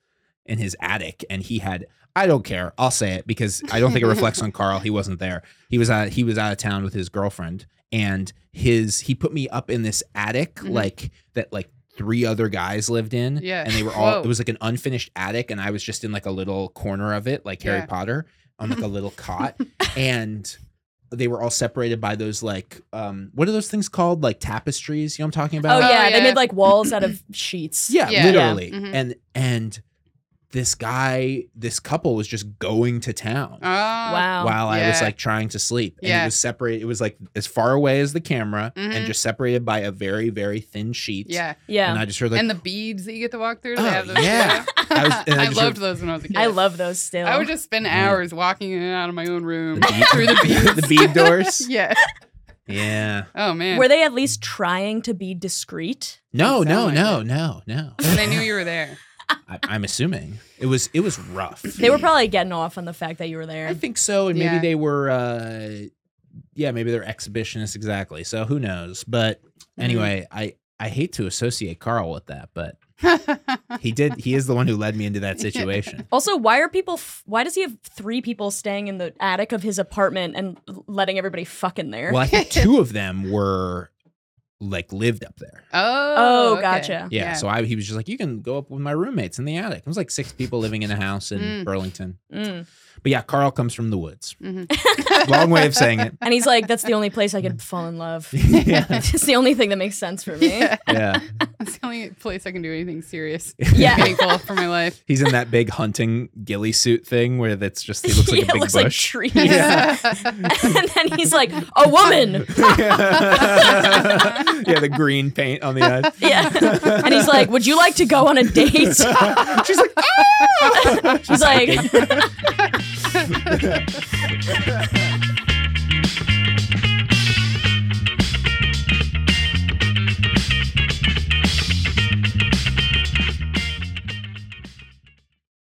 Speaker 3: in his attic, and he had I don't care, I'll say it because I don't think it reflects on Carl. He wasn't there. He was out he was out of town with his girlfriend, and his he put me up in this attic
Speaker 2: Mhm.
Speaker 3: like that like three other guys lived in
Speaker 2: Yeah.
Speaker 3: and they were all
Speaker 2: Whoa.
Speaker 3: it was like an unfinished attic and i was just in like a little corner of it like harry
Speaker 2: Yeah.
Speaker 3: potter on like a little cot and they were all separated by those like um what are those things called like tapestries you know what i'm talking
Speaker 1: Oh,
Speaker 3: about
Speaker 1: yeah, they
Speaker 2: yeah.
Speaker 1: made like walls out of sheets.
Speaker 3: yeah,
Speaker 2: Yeah.
Speaker 3: literally
Speaker 2: Yeah. Mhm.
Speaker 3: and and this guy this couple was just going to town
Speaker 2: Oh, wow.
Speaker 1: Wow.
Speaker 3: while I was
Speaker 2: Yeah.
Speaker 3: like trying to sleep. And
Speaker 2: Yeah.
Speaker 3: it was separated. It was like as far away as the camera and
Speaker 2: Mhm.
Speaker 3: just separated by a very, very thin sheet.
Speaker 2: Yeah.
Speaker 1: Yeah.
Speaker 3: And I just heard like,
Speaker 2: and the beads that you get to walk through. they
Speaker 3: Oh,
Speaker 2: have those
Speaker 3: yeah. I was- and I
Speaker 2: I,
Speaker 3: just
Speaker 2: loved
Speaker 3: re-
Speaker 2: those when I was a kid.
Speaker 1: I love those still.
Speaker 2: I would just spend
Speaker 3: Yeah.
Speaker 2: hours walking in and out of my own room
Speaker 3: The bead-
Speaker 2: through the beads.
Speaker 3: the bead doors?
Speaker 2: yeah.
Speaker 3: yeah.
Speaker 2: Oh man.
Speaker 1: Were they at least trying to be discreet?
Speaker 3: No,
Speaker 2: Doesn't
Speaker 3: no,
Speaker 2: sound
Speaker 3: no, no, no,
Speaker 2: And they knew you were there.
Speaker 3: I, I'm assuming it was it was rough.
Speaker 1: They were probably getting off on the fact that you were
Speaker 3: I
Speaker 1: there.
Speaker 3: think so, and maybe
Speaker 2: Yeah.
Speaker 3: they were. uh Yeah, maybe they're exhibitionists exactly. So who knows? But anyway, I I hate to associate Carl with that, but
Speaker 1: Oh,
Speaker 3: he did. He is the one who led me into that situation.
Speaker 1: Also, why are people? F- why does he have three people staying in the attic of his apartment and l- letting everybody fuck in there?
Speaker 3: Well, I think two of them were like lived up there.
Speaker 2: oh.
Speaker 1: Oh,
Speaker 2: okay.
Speaker 1: gotcha.
Speaker 3: Yeah,
Speaker 2: Yeah.
Speaker 3: so I, he was just like, you can go up with my roommates in the attic. It was like six people living in a house in
Speaker 2: Mm.
Speaker 3: Burlington.
Speaker 1: Mm.
Speaker 3: But yeah, Carl comes from the woods.
Speaker 2: Mhm.
Speaker 3: Long way of saying it.
Speaker 1: And he's like, "That's the only place I could fall in love.
Speaker 3: yeah,
Speaker 1: it's the only thing that makes sense for me."
Speaker 2: Yeah.
Speaker 3: yeah.
Speaker 2: That's the only place I can do anything serious,
Speaker 1: Yeah.
Speaker 2: meaningful for my life.
Speaker 3: He's in that big hunting ghillie suit thing where that's just he looks like
Speaker 1: Yeah,
Speaker 3: a
Speaker 1: it
Speaker 3: big
Speaker 1: looks like
Speaker 3: bush.
Speaker 1: trees.
Speaker 3: Yeah.
Speaker 1: and then he's like, "A woman."
Speaker 3: yeah. the green paint on the eyes.
Speaker 1: Yeah. And he's like, "Would you like to go on a date?" "Ah!"
Speaker 3: She's like,
Speaker 1: he's like.
Speaker 3: "Ah!"